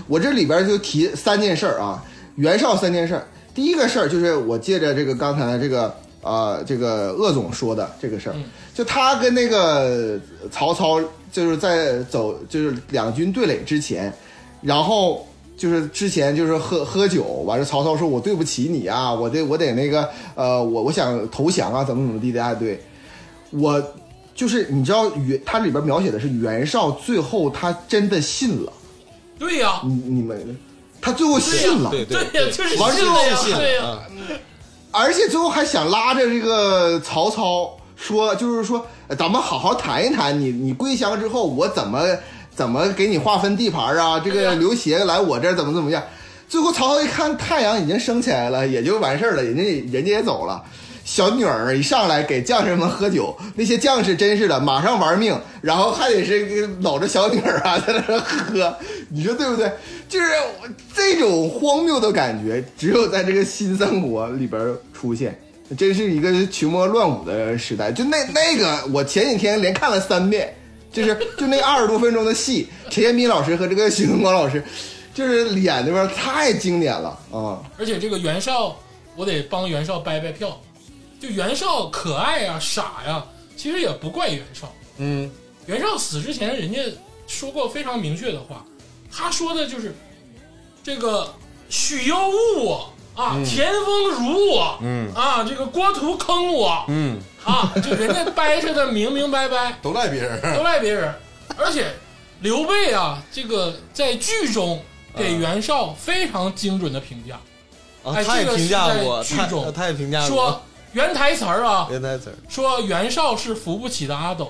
S4: 我这里边就提三件事儿啊，袁绍三件事儿。第一个事儿就是我借着这个刚才这个啊、呃这个鄂总说的这个事儿，就他跟那个曹操就是在走就是两军对垒之前，然后就是之前就是喝喝酒，完了曹操说我对不起你啊，我得我得那个呃我我想投降啊，怎么怎么地的啊，对我就是你知道袁他里边描写的是袁绍最后他真的信了，
S1: 对呀、
S4: 你你们他最后信了，
S3: 对
S1: 对呀，就是
S4: 王
S1: 信了呀，
S4: 信
S1: 对呀、
S3: 啊，
S4: 而且最后还想拉着这个曹操说，就是说，呃咱们好好谈一谈你，你归降之后，我怎么怎么给你划分地盘啊？这
S1: 对呀
S4: 个刘协来我这儿怎么怎么样？最后曹操一看太阳已经升起来了，也就完事儿了，人家人家也走了，小女儿一上来给将士们喝酒，那些将士真是的，马上玩命，然后还得是搂着小女儿啊在那喝，你说对不对？就是我这种荒谬的感觉，只有在这个新三国里边出现。真是一个群魔乱舞的时代，就那那个，我前几天连看了三遍，就是就那二十多分钟的戏， 陈建斌老师和这个许文光老师，就是演那边太经典了啊！
S1: 而且这个袁绍，我得帮袁绍掰掰票。就袁绍可爱呀、傻呀、其实也不怪袁绍。
S3: 嗯，
S1: 袁绍死之前，人家说过非常明确的话，他说的就是这个许攸误我啊，田丰辱我，
S2: 嗯
S1: 啊，这个郭图坑我，
S2: 嗯，
S1: 啊，就人家掰扯的明明白白，
S2: 都赖别人。
S1: 都赖别人。而且刘备啊，这个在剧中
S2: 嗯
S1: 给袁绍非常精准的评价，
S3: 啊，
S1: 哎
S3: 他也
S1: 这个
S3: 评价
S1: 是在
S3: 过，
S1: 剧
S3: 他
S1: 中
S3: 他也评价
S1: 说
S3: 过，
S1: 原台词儿啊，
S3: 原台词儿
S1: 说袁绍是扶不起的阿斗。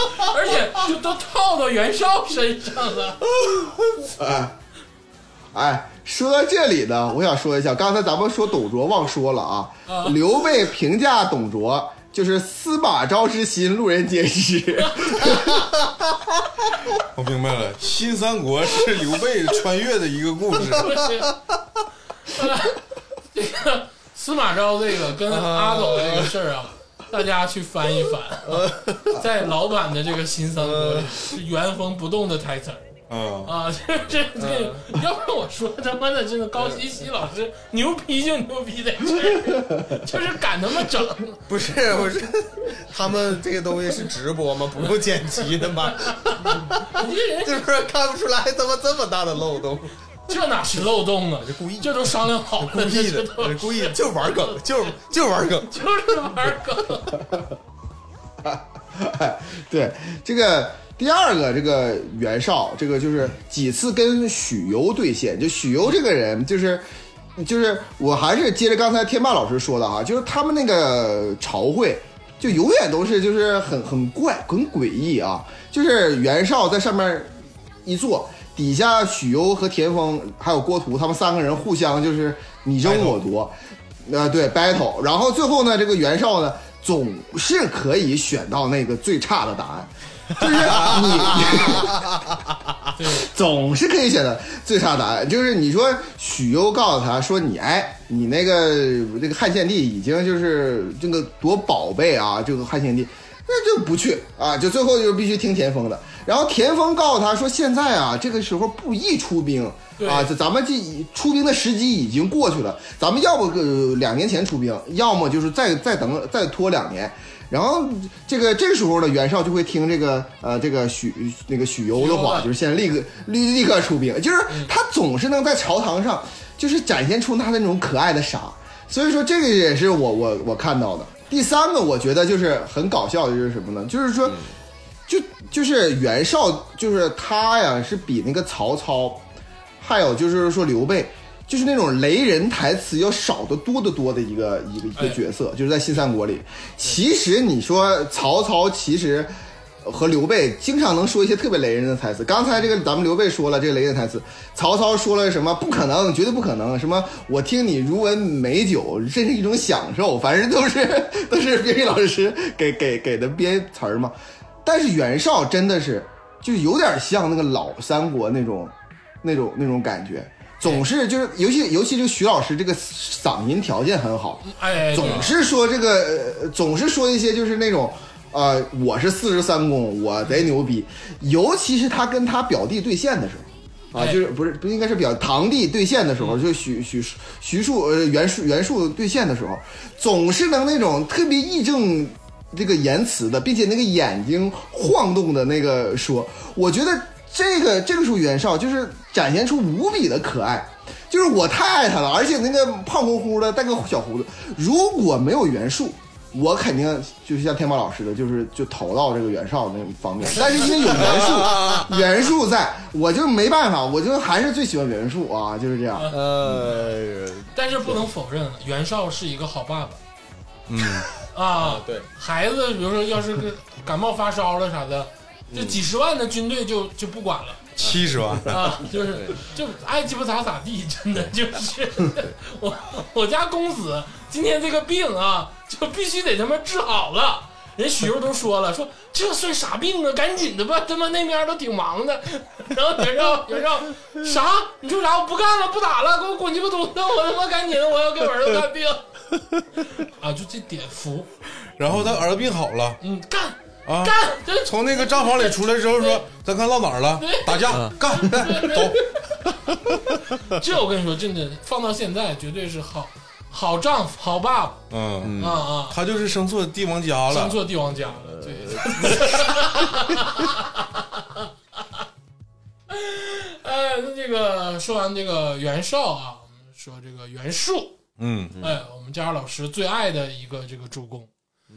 S1: 而且就都套到袁绍身上了。
S4: 哎，哎，说到这里呢，我想说一下，刚才咱们说董卓忘说了啊，
S1: 啊
S4: 刘备评价董卓就是司马昭之心，路人皆知。
S2: 我明白了，新三国是刘备穿越的一个故事。
S1: 不是， 这个司马昭这个跟阿斗这个事儿啊，大家去翻一翻，在老版的这个新三国里是原封不动的台词儿
S2: 嗯，
S1: 啊， 这这这，要不然我说他妈的这个高希希老师牛逼就牛逼在这儿，就是敢他妈整。
S3: 不是不是，他们这个东西是直播吗？不用剪辑的 吗？
S1: 你这人
S3: 就是看不出来他妈这么大的漏 洞，
S1: 这哪是漏洞啊？
S3: 这故意
S1: 这都商量好了，
S3: 故
S1: 这
S3: 意的
S1: 都，
S3: 故意的就玩梗，就就玩梗。
S1: 就是玩儿梗。
S4: 对，这个第二个这个袁绍，这个就是几次跟许攸对线，就许攸这个人就是。就是我还是接着刚才天霸老师说的哈，就是他们那个朝会，就永远都是就是很很怪很诡异啊，就是袁绍在上面一坐，底下许攸和田丰还有郭图他们三个人互相就是你争我夺，呃，对 battle，然后最后呢，这个袁绍呢总是可以选到那个最差的答案，就是你
S1: 对，
S4: 总是可以选到最差答案，就是你说许攸告诉他说你哎，你那个这个汉献帝已经就是这个多宝贝啊，这个汉献帝。那就不去啊，就最后就必须听田丰的。然后田丰告诉他说：“现在啊，这个时候不宜出兵
S1: 对
S4: 啊，就咱们这已出兵的时机已经过去了，咱们要不呃两年前出兵，要么就是再再等再拖两年。然后这个这个时候呢，袁绍就会听这个呃这个许那个许攸的
S1: 许攸啊嗯
S4: 话，
S1: 的
S4: 就是现在立刻立立刻出兵，就是他总是能在朝堂上，就是展现出他那种可爱的傻。所以说这个也是我我我看到的。第三个我觉得就是很搞笑的就是什么呢？就是
S1: 嗯
S4: 说。就就是袁绍，就是他呀，是比那个曹操，还有就是说刘备，就是那种雷人台词要少得多得多的一个一个一
S1: 哎
S4: 个角色，就是在新三国里。其实你说曹操，其实和刘备经常能说一些特别雷人的台词。刚才这个咱们刘备说了这个雷人台词，曹操说了什么？不可能，绝对不可能！什么？我听你如闻美酒，真是一种享受。反正都是都是编剧老师给给给的编词儿嘛。但是袁绍真的是就有点像那个老三国那种那种那种感觉，总是就是尤其尤其这个徐老师这个嗓音条件很好，
S1: 哎，
S4: 总是说这个，呃总是说一些就是那种，呃，我是四十三公，我贼牛逼。尤其是他跟他表弟对线的时候，啊，
S1: 哎
S4: 就是不是不应该是表堂弟对线的时候，就是许许徐庶呃袁术袁术对线的时候，总是能那种特别义正。这个言辞的，并且那个眼睛晃动的那个说，我觉得这个这个时候袁绍就是展现出无比的可爱，就是我太爱他了，而且那个胖乎乎的带个小胡子，如果没有袁术，我肯定就是像天霸老师的，就是就投到这个袁绍那方面。但是因为有袁 术，袁术在，我就没办法，我就还是最喜欢袁术啊，就是这样。
S3: 呃，
S1: 但是不能否认，啊袁绍是一个好爸爸
S2: 嗯，
S1: 啊。
S3: 对，
S1: 孩子，比如说要是个感冒发烧了啥的，
S3: 嗯
S1: 这几十万的军队就就不管了。
S2: 七十万，
S1: 啊，就是
S3: 对
S1: 就爱鸡巴咋咋地，真的就是我我家公子今天这个病啊，就必须得他妈治好了。人许攸都说了，说这算啥病啊？赶紧的吧，他妈那边都挺忙的。然后袁绍袁绍啥？你说啥？我不干了，不打了，给我滚鸡巴犊子！我他妈赶紧，我要给我儿子看病。 啊，就这点服，
S2: 然后他儿子病好了
S1: 嗯，干
S2: 啊，
S1: 干，这
S2: 从那个账房里出来之后说，咱看落哪儿了，打架干走，
S1: 这我跟你说，真的放到现在绝对是好好丈夫、好爸爸。
S2: 嗯，
S1: 啊啊，
S2: 他就是生错帝王家
S1: 生
S2: 了，呃
S1: 做帝王家了，对。 哎，那这个说完这个袁绍啊，我们说这个袁术，
S2: 嗯
S1: 哎，我们家老师最爱的一个这个主公。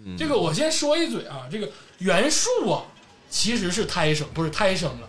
S2: 嗯
S1: 这个我先说一嘴啊，这个袁术啊，其实是胎生，不是胎生了，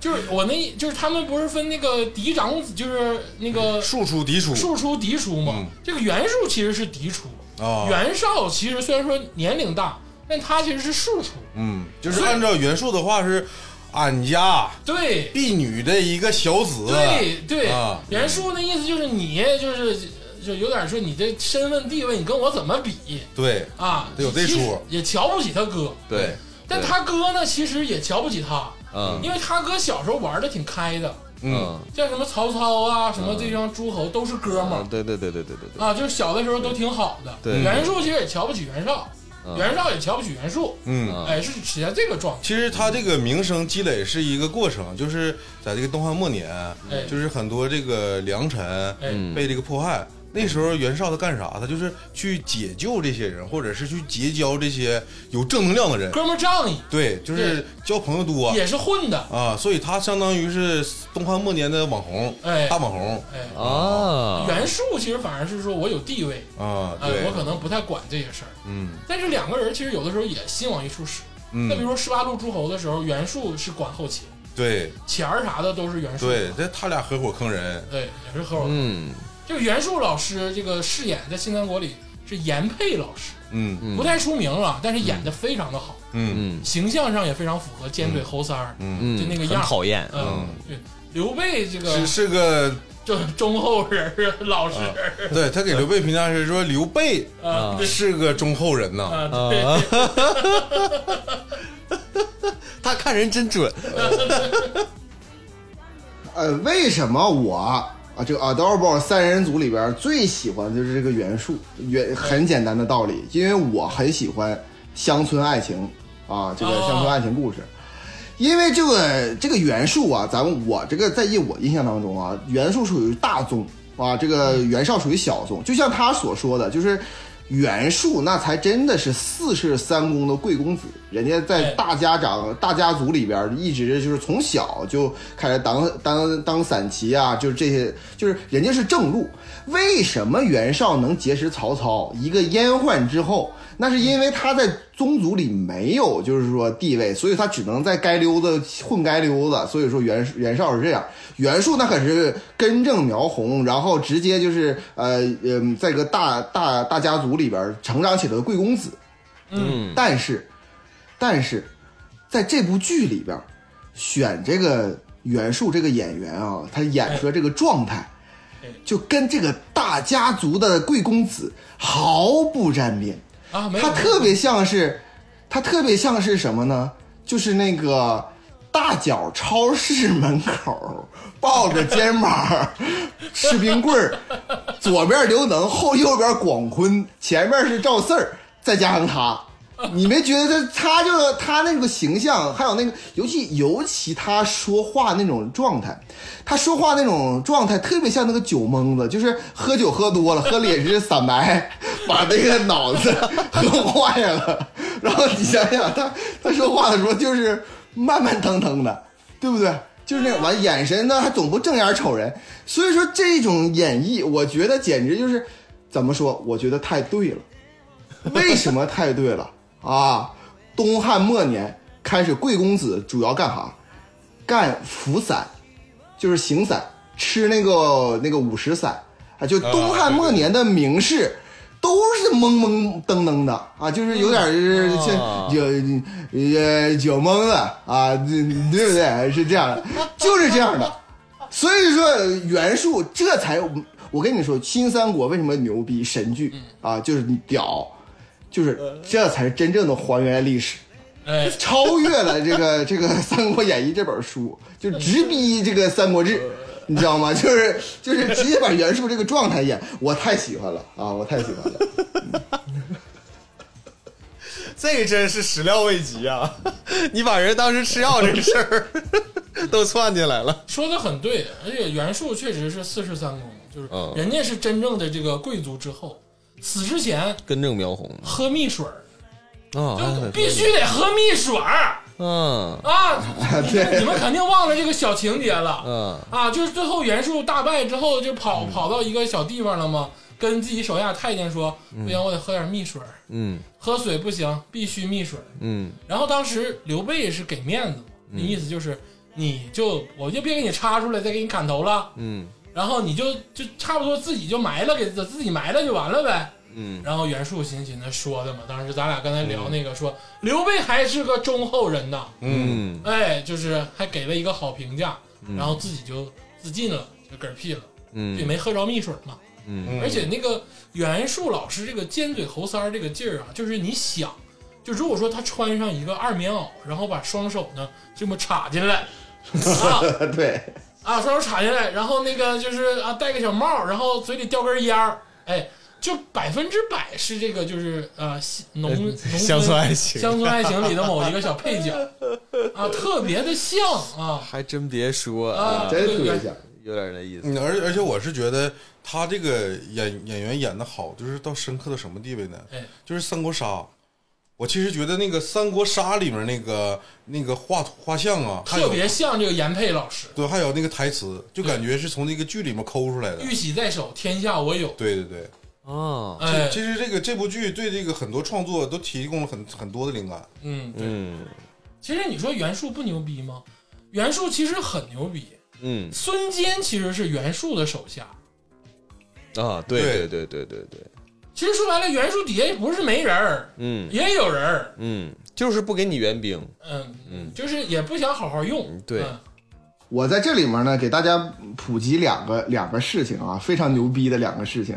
S1: 就是我那，就是他们不是分那个嫡长子，就是那个
S2: 庶出嫡出
S1: 庶出嫡出嘛
S2: 嗯。
S1: 这个袁术其实是嫡出，
S2: 啊，
S1: 袁绍其实虽然说年龄大，但他其实是庶出。
S2: 嗯，就是按照袁术的话是，俺家
S1: 对
S2: 婢女的一个小子，
S1: 对对
S2: 啊，
S1: 袁术那意思就是你就是就有点说你这身份地位，你跟我怎么比
S2: 对
S1: 啊？
S2: 得有这
S1: 其实
S2: 出
S1: 也瞧不起他哥。
S3: 对，
S1: 但
S3: 对
S1: 他哥呢，其实也瞧不起他，
S3: 嗯
S1: 因为他哥小时候玩的挺开的，
S2: 嗯，
S1: 像什么曹操啊，什么这帮诸侯都是哥们
S3: 啊
S1: 儿
S3: 对对对对对对对，
S1: 啊，就是小的时候都挺好的。
S3: 对
S1: 袁术其实也瞧不起袁绍，
S3: 嗯
S1: 袁绍也瞧不起袁术，
S2: 嗯。
S3: 嗯
S1: 哎，是起在这个状态。
S2: 其实他这个名声积累是一个过程，就是在这个东汉末年，
S1: 哎
S2: 就是很多这个良臣
S1: 哎，
S3: 嗯
S2: 被这个迫害。那时候袁绍他干啥？他就是去解救这些人，或者是去结交这些有正能量的人。
S1: 哥们儿仗义，
S2: 对，就是交朋友多
S1: 也是混的。
S2: 啊，所以他相当于是东汉末年的网红，
S1: 哎
S2: 大网红
S1: 哎，
S3: 啊，
S1: 袁术其实反而是说我有地位，
S2: 啊。
S1: 哎，
S2: 对
S1: 我，可能不太管这些事儿。
S2: 嗯
S1: 但是两个人其实有的时候也心往一处使。那比如
S2: 嗯，
S1: 说十八路诸侯的时候，袁术是管后勤，
S2: 对
S1: 钱儿啥的都是袁术。
S2: 对，这他俩合伙坑人，
S1: 对，也是合伙。
S3: 嗯
S1: 这个袁术老师这个饰演在《新三国》里是严佩老师，
S2: 嗯
S3: 嗯，
S1: 不太出名啊，但是演的非常的好，
S2: 嗯
S3: 嗯
S1: 形象上也非常符合尖嘴猴腮儿。
S2: 嗯，
S3: 嗯，
S1: 就那个
S3: 很
S1: 样儿
S3: 讨厌，
S1: 嗯，对刘备这个
S2: 是是个
S1: 就忠厚人儿，啊老实人儿
S2: 对他给刘备评价是说刘备
S1: 啊
S3: 啊
S2: 是个忠厚人呐，
S1: 啊，对。
S3: 啊，他看人真准，
S4: 呃，为什么我啊这个 Adorable 三人组里边最喜欢的就是这个袁术？袁很简单的道理，因为我很喜欢乡村爱情啊，这个乡村爱情故事。因为这个这个袁术啊，咱们我这个在意我印象当中啊，袁术属于大宗啊，这个袁绍属于小宗。就像他所说的，就是袁术那才真的是四世三公的贵公子，人家在
S1: 哎
S4: 大家长、大家族里边一直就是从小就开始当当当散骑啊，就是这些，就是人家是正路。为什么袁绍能结识曹操？一个阉宦之后，那是因为他在宗族里没有就是说地位，所以他只能在街溜子混街溜子。所以说袁袁绍是这样，袁术那可是根正苗红，然后直接就是呃嗯，在一个大大大家族里边成长起来的贵公子。
S1: 嗯，
S4: 但是但是在这部剧里边选这个袁术这个演员啊，他演出来这个状态
S1: 哎。
S4: 就跟这个大家族的贵公子毫不沾边，
S1: 啊，没有
S4: 他特别像是，他特别像是什么呢？就是那个大脚超市门口抱着肩膀吃冰棍儿， 左边刘能，后右边广坤，前面是赵四儿，再加上他。你没觉得他他这个他那个形象，还有那个，尤其尤其他说话那种状态，他说话那种状态特别像那个酒蒙子，就是喝酒喝多了，喝脸是散白， 把那个脑子喝坏了。然后你想想他他说话的时候就是慢慢腾腾的，对不对？就是那种完眼神呢还总不正眼瞅人，所以说这种演绎，我觉得简直就是怎么说？我觉得太对了。为什么太对了啊？东汉末年开始，贵公子主要干啥？干扶伞，就是行伞，吃那个那个五石散啊。就东汉末年的名士。都是懵懵登登的啊，就是有点儿就是
S3: 啊
S4: 像有也酒蒙的啊，对对不对？是这样的，就是这样的。所以说袁术这才，我跟你说，新三国为什么牛逼神剧啊，就是你屌，就是这才是真正的还原历史，
S1: 哎，
S4: 超越了这个这个《三国演义》这本书，就直逼这个《三国志》。你知道吗？就是就是直接把袁术这个状态演，我太喜欢了啊！我太喜欢了。
S3: 这真是始料未及啊！ 你把人当时吃药这事儿都算进来了。
S1: 说的很对，而且袁术确实是四世三公，就是
S3: 嗯
S1: 人家是真正的这个贵族之后，死之前
S3: 根正苗红
S1: 喝蜜水儿，
S3: 啊
S1: 就必须得喝蜜水儿
S3: 嗯
S1: 啊！
S4: 对
S1: 你们肯定忘了这个小情节了
S3: 嗯
S1: 啊！就是最后袁术大败之后，就跑跑到一个小地方了嘛，跟自己手下太监说：“不行，我得喝点蜜水儿，
S3: 嗯
S1: 喝水不行，必须蜜水儿。”
S3: 嗯
S1: 然后当时刘备是给面子嘛，那意思就是你就我就别给你插出来，再给你砍头了。
S3: 嗯
S1: 然后你就就差不多自己就埋了，给自自己埋了就完了呗。
S3: 嗯
S1: 然后袁术寻思寻思说的嘛，当时咱俩刚才聊那个说、刘备还是个忠厚人呐，
S3: 嗯
S1: 哎，就是还给了一个好评价，然后自己就自尽了，就嗝屁了，也
S3: 嗯
S1: 没喝着蜜水嘛。
S3: 嗯
S1: 而且那个袁术老师这个尖嘴猴腮儿这个劲儿啊，就是你想，就如果说他穿上一个二棉袄，然后把双手呢这么插进来，啊，
S4: 对，
S1: 啊，双手插进来，然后那个就是啊，戴个小帽儿，然后嘴里叼根烟儿，哎，就百分之百是这个就是呃西农农村
S3: 乡村爱情
S1: 乡村爱情里的某一个小配角啊，特别的像啊
S3: 还真别说
S1: 啊，
S4: 真
S1: 对
S4: 特别
S1: 对
S4: 像。
S3: 有点那意思。
S2: 嗯，而而且我是觉得他这个演演员演的好，就是到深刻到什么地位呢？
S1: 哎
S2: 就是《三国杀》，我其实觉得那个《三国杀》里面那个那个画画像啊，还
S1: 特
S2: 有
S1: 别像这个严佩老师，
S2: 对，还有那个台词，就感觉是从那个剧里面抠出来的。
S1: 玉玺在手，天下我有，
S2: 对对对，
S3: 啊，
S1: 哎，
S2: 其实这个这部剧对这个很多创作都提供了很很多的灵感。
S1: 嗯，
S3: 嗯
S1: 其实你说袁术不牛逼吗？袁术其实很牛逼，
S3: 嗯
S1: 孙坚其实是袁术的手下。
S3: 啊，对对对对对对，
S1: 其实说白了，袁术底下也不是没人儿，
S3: 嗯
S1: 也有人儿，
S3: 嗯，就是不给你援兵。
S1: 嗯，
S3: 嗯
S1: 就是也不想好好用
S3: 嗯。对
S1: 嗯
S4: 我在这里面呢，给大家普及两个两个事情啊，非常牛逼的两个事情。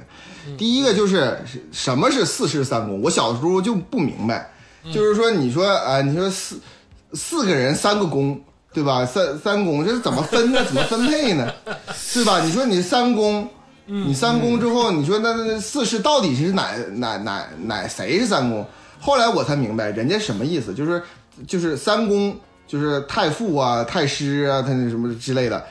S4: 第一个就是是什么是四世三公，我小时候就不明白，就是说你说啊、你说四四个人三个公，对吧？三三公这是怎么分呢？怎么分配呢？对吧？你说你三公。你三公之后，你说那那四世到底是哪哪哪哪谁是三公？后来我才明白人家什么意思，就是就是三公就是太傅啊、太师啊、他那什么之类的，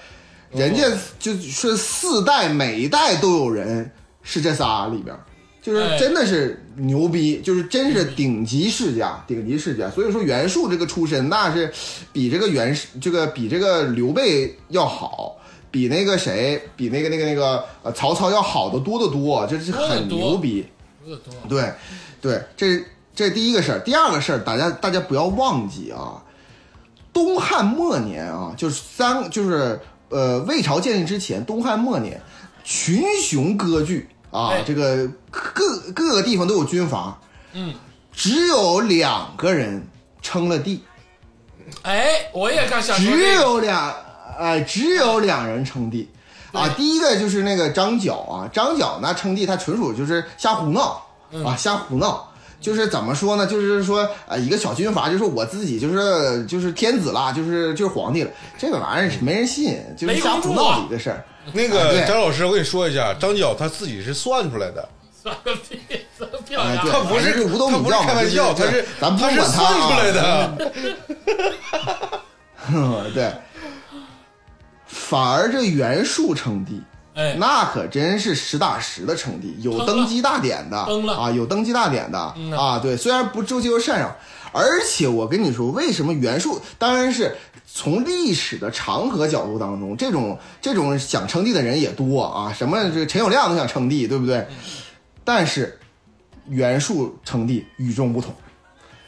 S4: 人
S1: 哦
S4: 家就是四代每一代都有人是这仨里边儿，就是
S1: 哎
S4: 真的是牛逼，就是真是顶级世家，顶级世家。所以说袁术这个出身那是比这个袁世这个比这个刘备要好。比那个谁，比那个那个那个呃曹操要好的多得多，这是
S1: 多得
S4: 很
S1: 多
S4: 牛逼。
S1: 有点多。
S4: 对，对，这这第一个事儿，第二个事儿，大家大家不要忘记啊，东汉末年啊，就是三就是呃魏朝建立之前，东汉末年群雄割据啊
S1: 哎，
S4: 这个各各个地方都有军阀，
S1: 嗯，
S4: 只有两个人称了地，
S1: 哎，我也刚想说
S4: 只
S1: 这个，
S4: 有两哎、只有两人称帝啊。
S1: 对
S4: 第一个就是那个张角啊，张角那称帝，他纯属就是瞎胡闹
S1: 嗯
S4: 啊，瞎胡闹。就是怎么说呢？就是说，呃，一个小军阀，就是我自己，就是就是天子啦，就是就是皇帝了，这个玩意儿是没人信，就是
S1: 没
S4: 瞎
S1: 公
S4: 胡
S1: 主啊
S4: 闹的一个事儿。
S2: 那个
S4: 啊对
S2: 张老师，我跟你说一下，张角他自己是算出来的，
S1: 算个 屁，算个漂
S4: 哎，
S1: 亮。
S4: 对，
S2: 他不是
S4: 反正五斗
S2: 他
S4: 米
S2: 不是
S4: 嘛
S2: 开玩笑
S4: 就
S2: 他
S4: 是
S2: 是
S4: 咱不
S2: 他是
S4: 管
S2: 算
S4: 啊
S2: 出来的。
S4: 嗯对，反而这袁术称帝，
S1: 哎，
S4: 那可真是实打实的称帝，有
S1: 登了
S4: 登基大典的
S1: 登了
S4: 啊，有登基大典的
S1: 嗯呐
S4: 啊。对，虽然不追究禅让，而且我跟你说，为什么袁术当然是从历史的长河角度当中，这种这种想称帝的人也多啊，什么这陈友谅都想称帝，对不对？
S1: 嗯
S4: 但是袁术称帝与众不同，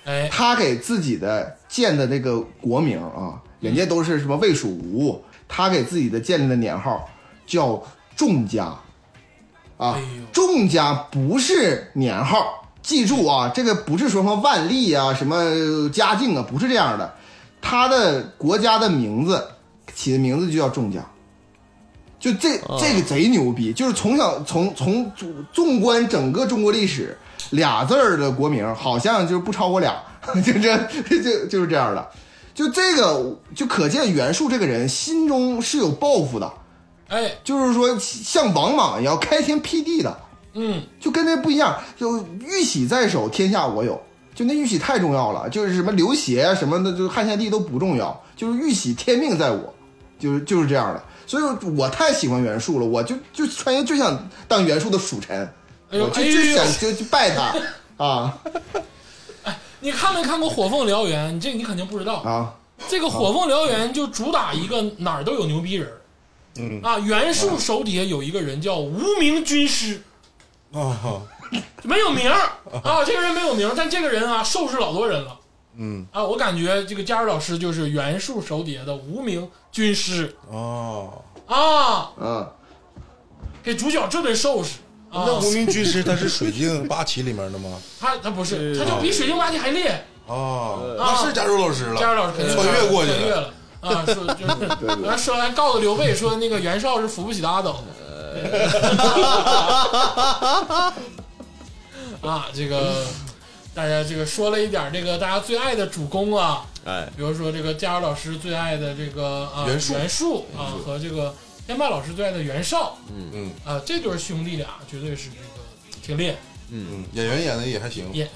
S1: 哎，
S4: 他给自己的建的那个国名啊，人
S1: 嗯
S4: 家都是什么魏蜀吴，他给自己的建立的年号叫众家，啊
S1: 哎呦，
S4: 众家不是年号，记住啊，这个不是说什么万历啊、什么嘉靖啊，不是这样的，他的国家的名字起的名字就叫众家。就这
S1: 啊
S4: 这个贼牛逼，就是从小从从纵观整个中国历史，俩字儿的国名好像就是不超过俩， 就这就就是这样的。就这个就可见袁术这个人心中是有抱负的，
S1: 哎，
S4: 就是说像王莽一样开天辟地的，
S1: 嗯，
S4: 就跟这不一样。就玉玺在手，天下我有。就那玉玺太重要了，就是什么刘协啊什么的，就是汉献帝都不重要，就是玉玺天命在我，就是就是这样的。所以我太喜欢袁术了，我就就穿越就想当袁术的属臣，
S1: 哎呦
S4: 我就
S1: 哎呦
S4: 就想就就拜他啊
S1: 你看没看过《火凤燎原》？你这你肯定不知道。
S4: 啊！
S1: 这个《火凤燎原》就主打一个哪儿都有牛逼人儿。嗯啊，袁术手底下有一个人叫无名军师，嗯
S2: 哦，
S1: 没有 名儿啊，这个人没有名儿，但这个人啊，收拾老多人了。
S2: 嗯，
S1: 啊，我感觉这个佳瑞老师就是袁术手底下的无名军师
S2: 哦，
S1: 啊，
S4: 嗯，
S1: 给主角这顿收拾啊！
S2: 哦那无名军师他是水镜八旗里面的吗？
S1: 他他不是，他就比水晶八戒还厉害。
S2: 哦，
S1: 啊
S2: 那是加入老师
S1: 佳瑞老
S2: 了。
S1: 师肯定
S2: 穿越过去
S1: 穿越了啊！说就是，完说完告诉刘备说那个袁绍是扶不起的 阿斗。啊，这个大家这个说了一点这个大家最爱的主公啊，
S3: 哎，
S1: 比如说这个佳茹老师最爱的这个啊
S2: 袁术
S1: 袁术啊和这个天霸老师最爱的袁绍，嗯
S2: 嗯
S1: 啊，这对兄弟俩绝对是这个挺厉害，
S2: 嗯，演员演的也还行。
S1: 演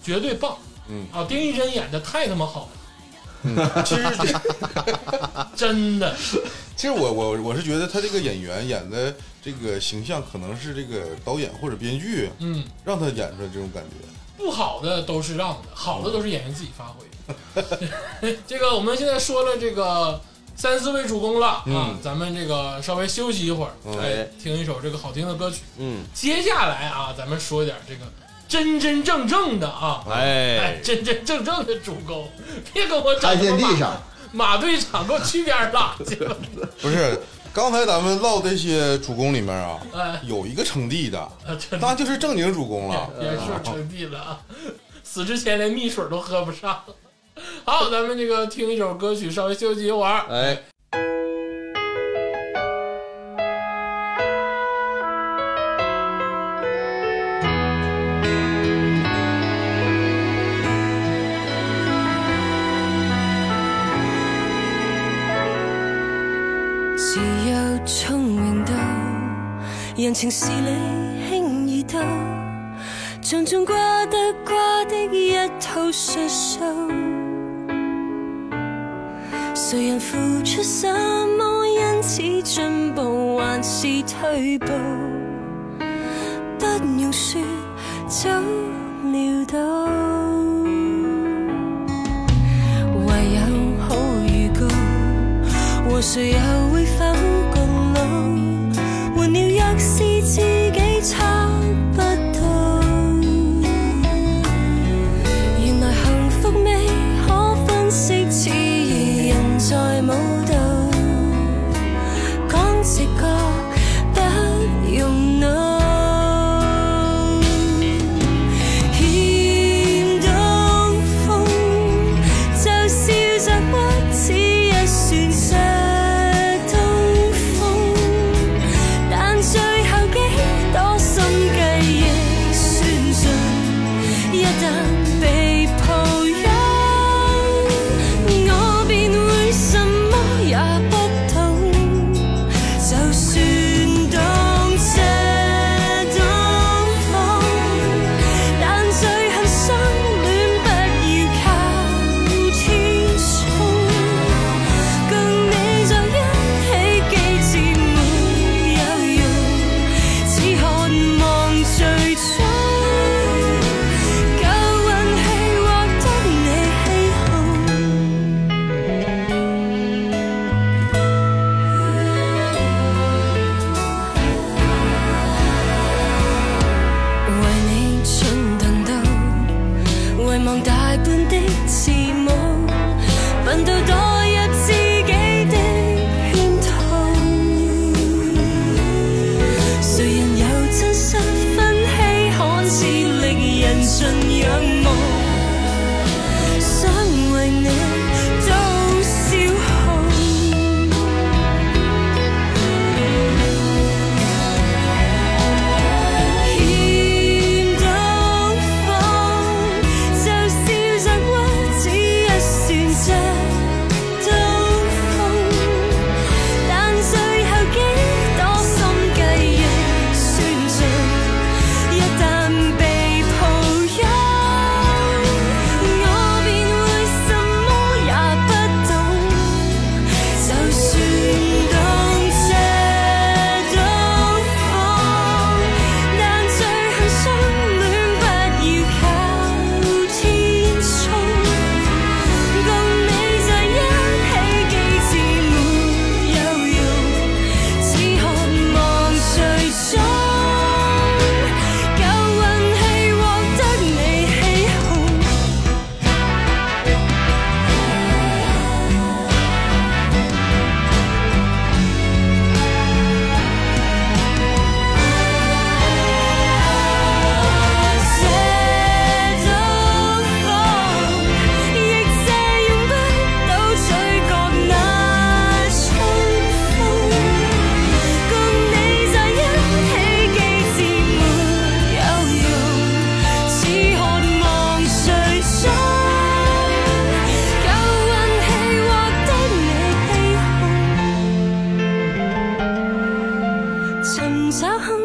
S1: 绝对棒。
S2: 嗯
S1: 啊，丁一真演的太他妈好了，
S2: 其实，
S1: 真的。
S2: 其实我我我是觉得他这个演员演的这个形象，可能是这个导演或者编剧
S1: 嗯，
S2: 让他演出来这种感觉。
S1: 不好的都是让的，好的都是演员自己发挥。这个我们现在说了这个三四位主公了、啊
S2: 嗯，
S1: 咱们这个稍微休息一会儿，
S2: 嗯
S1: 哎，听一首这个好听的歌曲。
S3: 嗯，
S1: 接下来啊，咱们说一点这个真真正正的啊，哎
S3: 哎，，
S1: 真真正正的主公，别跟我整
S4: 汉
S1: 什么
S4: 献帝
S1: 马
S4: 上，
S1: 马队长，给我去边儿拉去吧！
S2: 不是，刚才咱们唠这些主公里面啊，
S1: 哎，
S2: 有一个称帝的，
S1: 啊，真
S2: 那就是正经主公了。
S1: 袁术称帝了啊！死之前连蜜水都喝不上。好，咱们这个听一首歌曲，稍微休息一会儿。
S3: 哎，
S5: 時有聰明到，人情事理輕易到，像種瓜得瓜的一套術數。誰人付出什麼，因此進步還是退步？不用說，早料到。唯有好預告。和誰又會否共老？換了若是自己測不到，原來幸福未可分析，似如人在舞蹈，講直覺不用腦。欠東風，就笑着屈，只一算失東風。但最後幾多心計，仍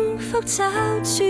S5: 处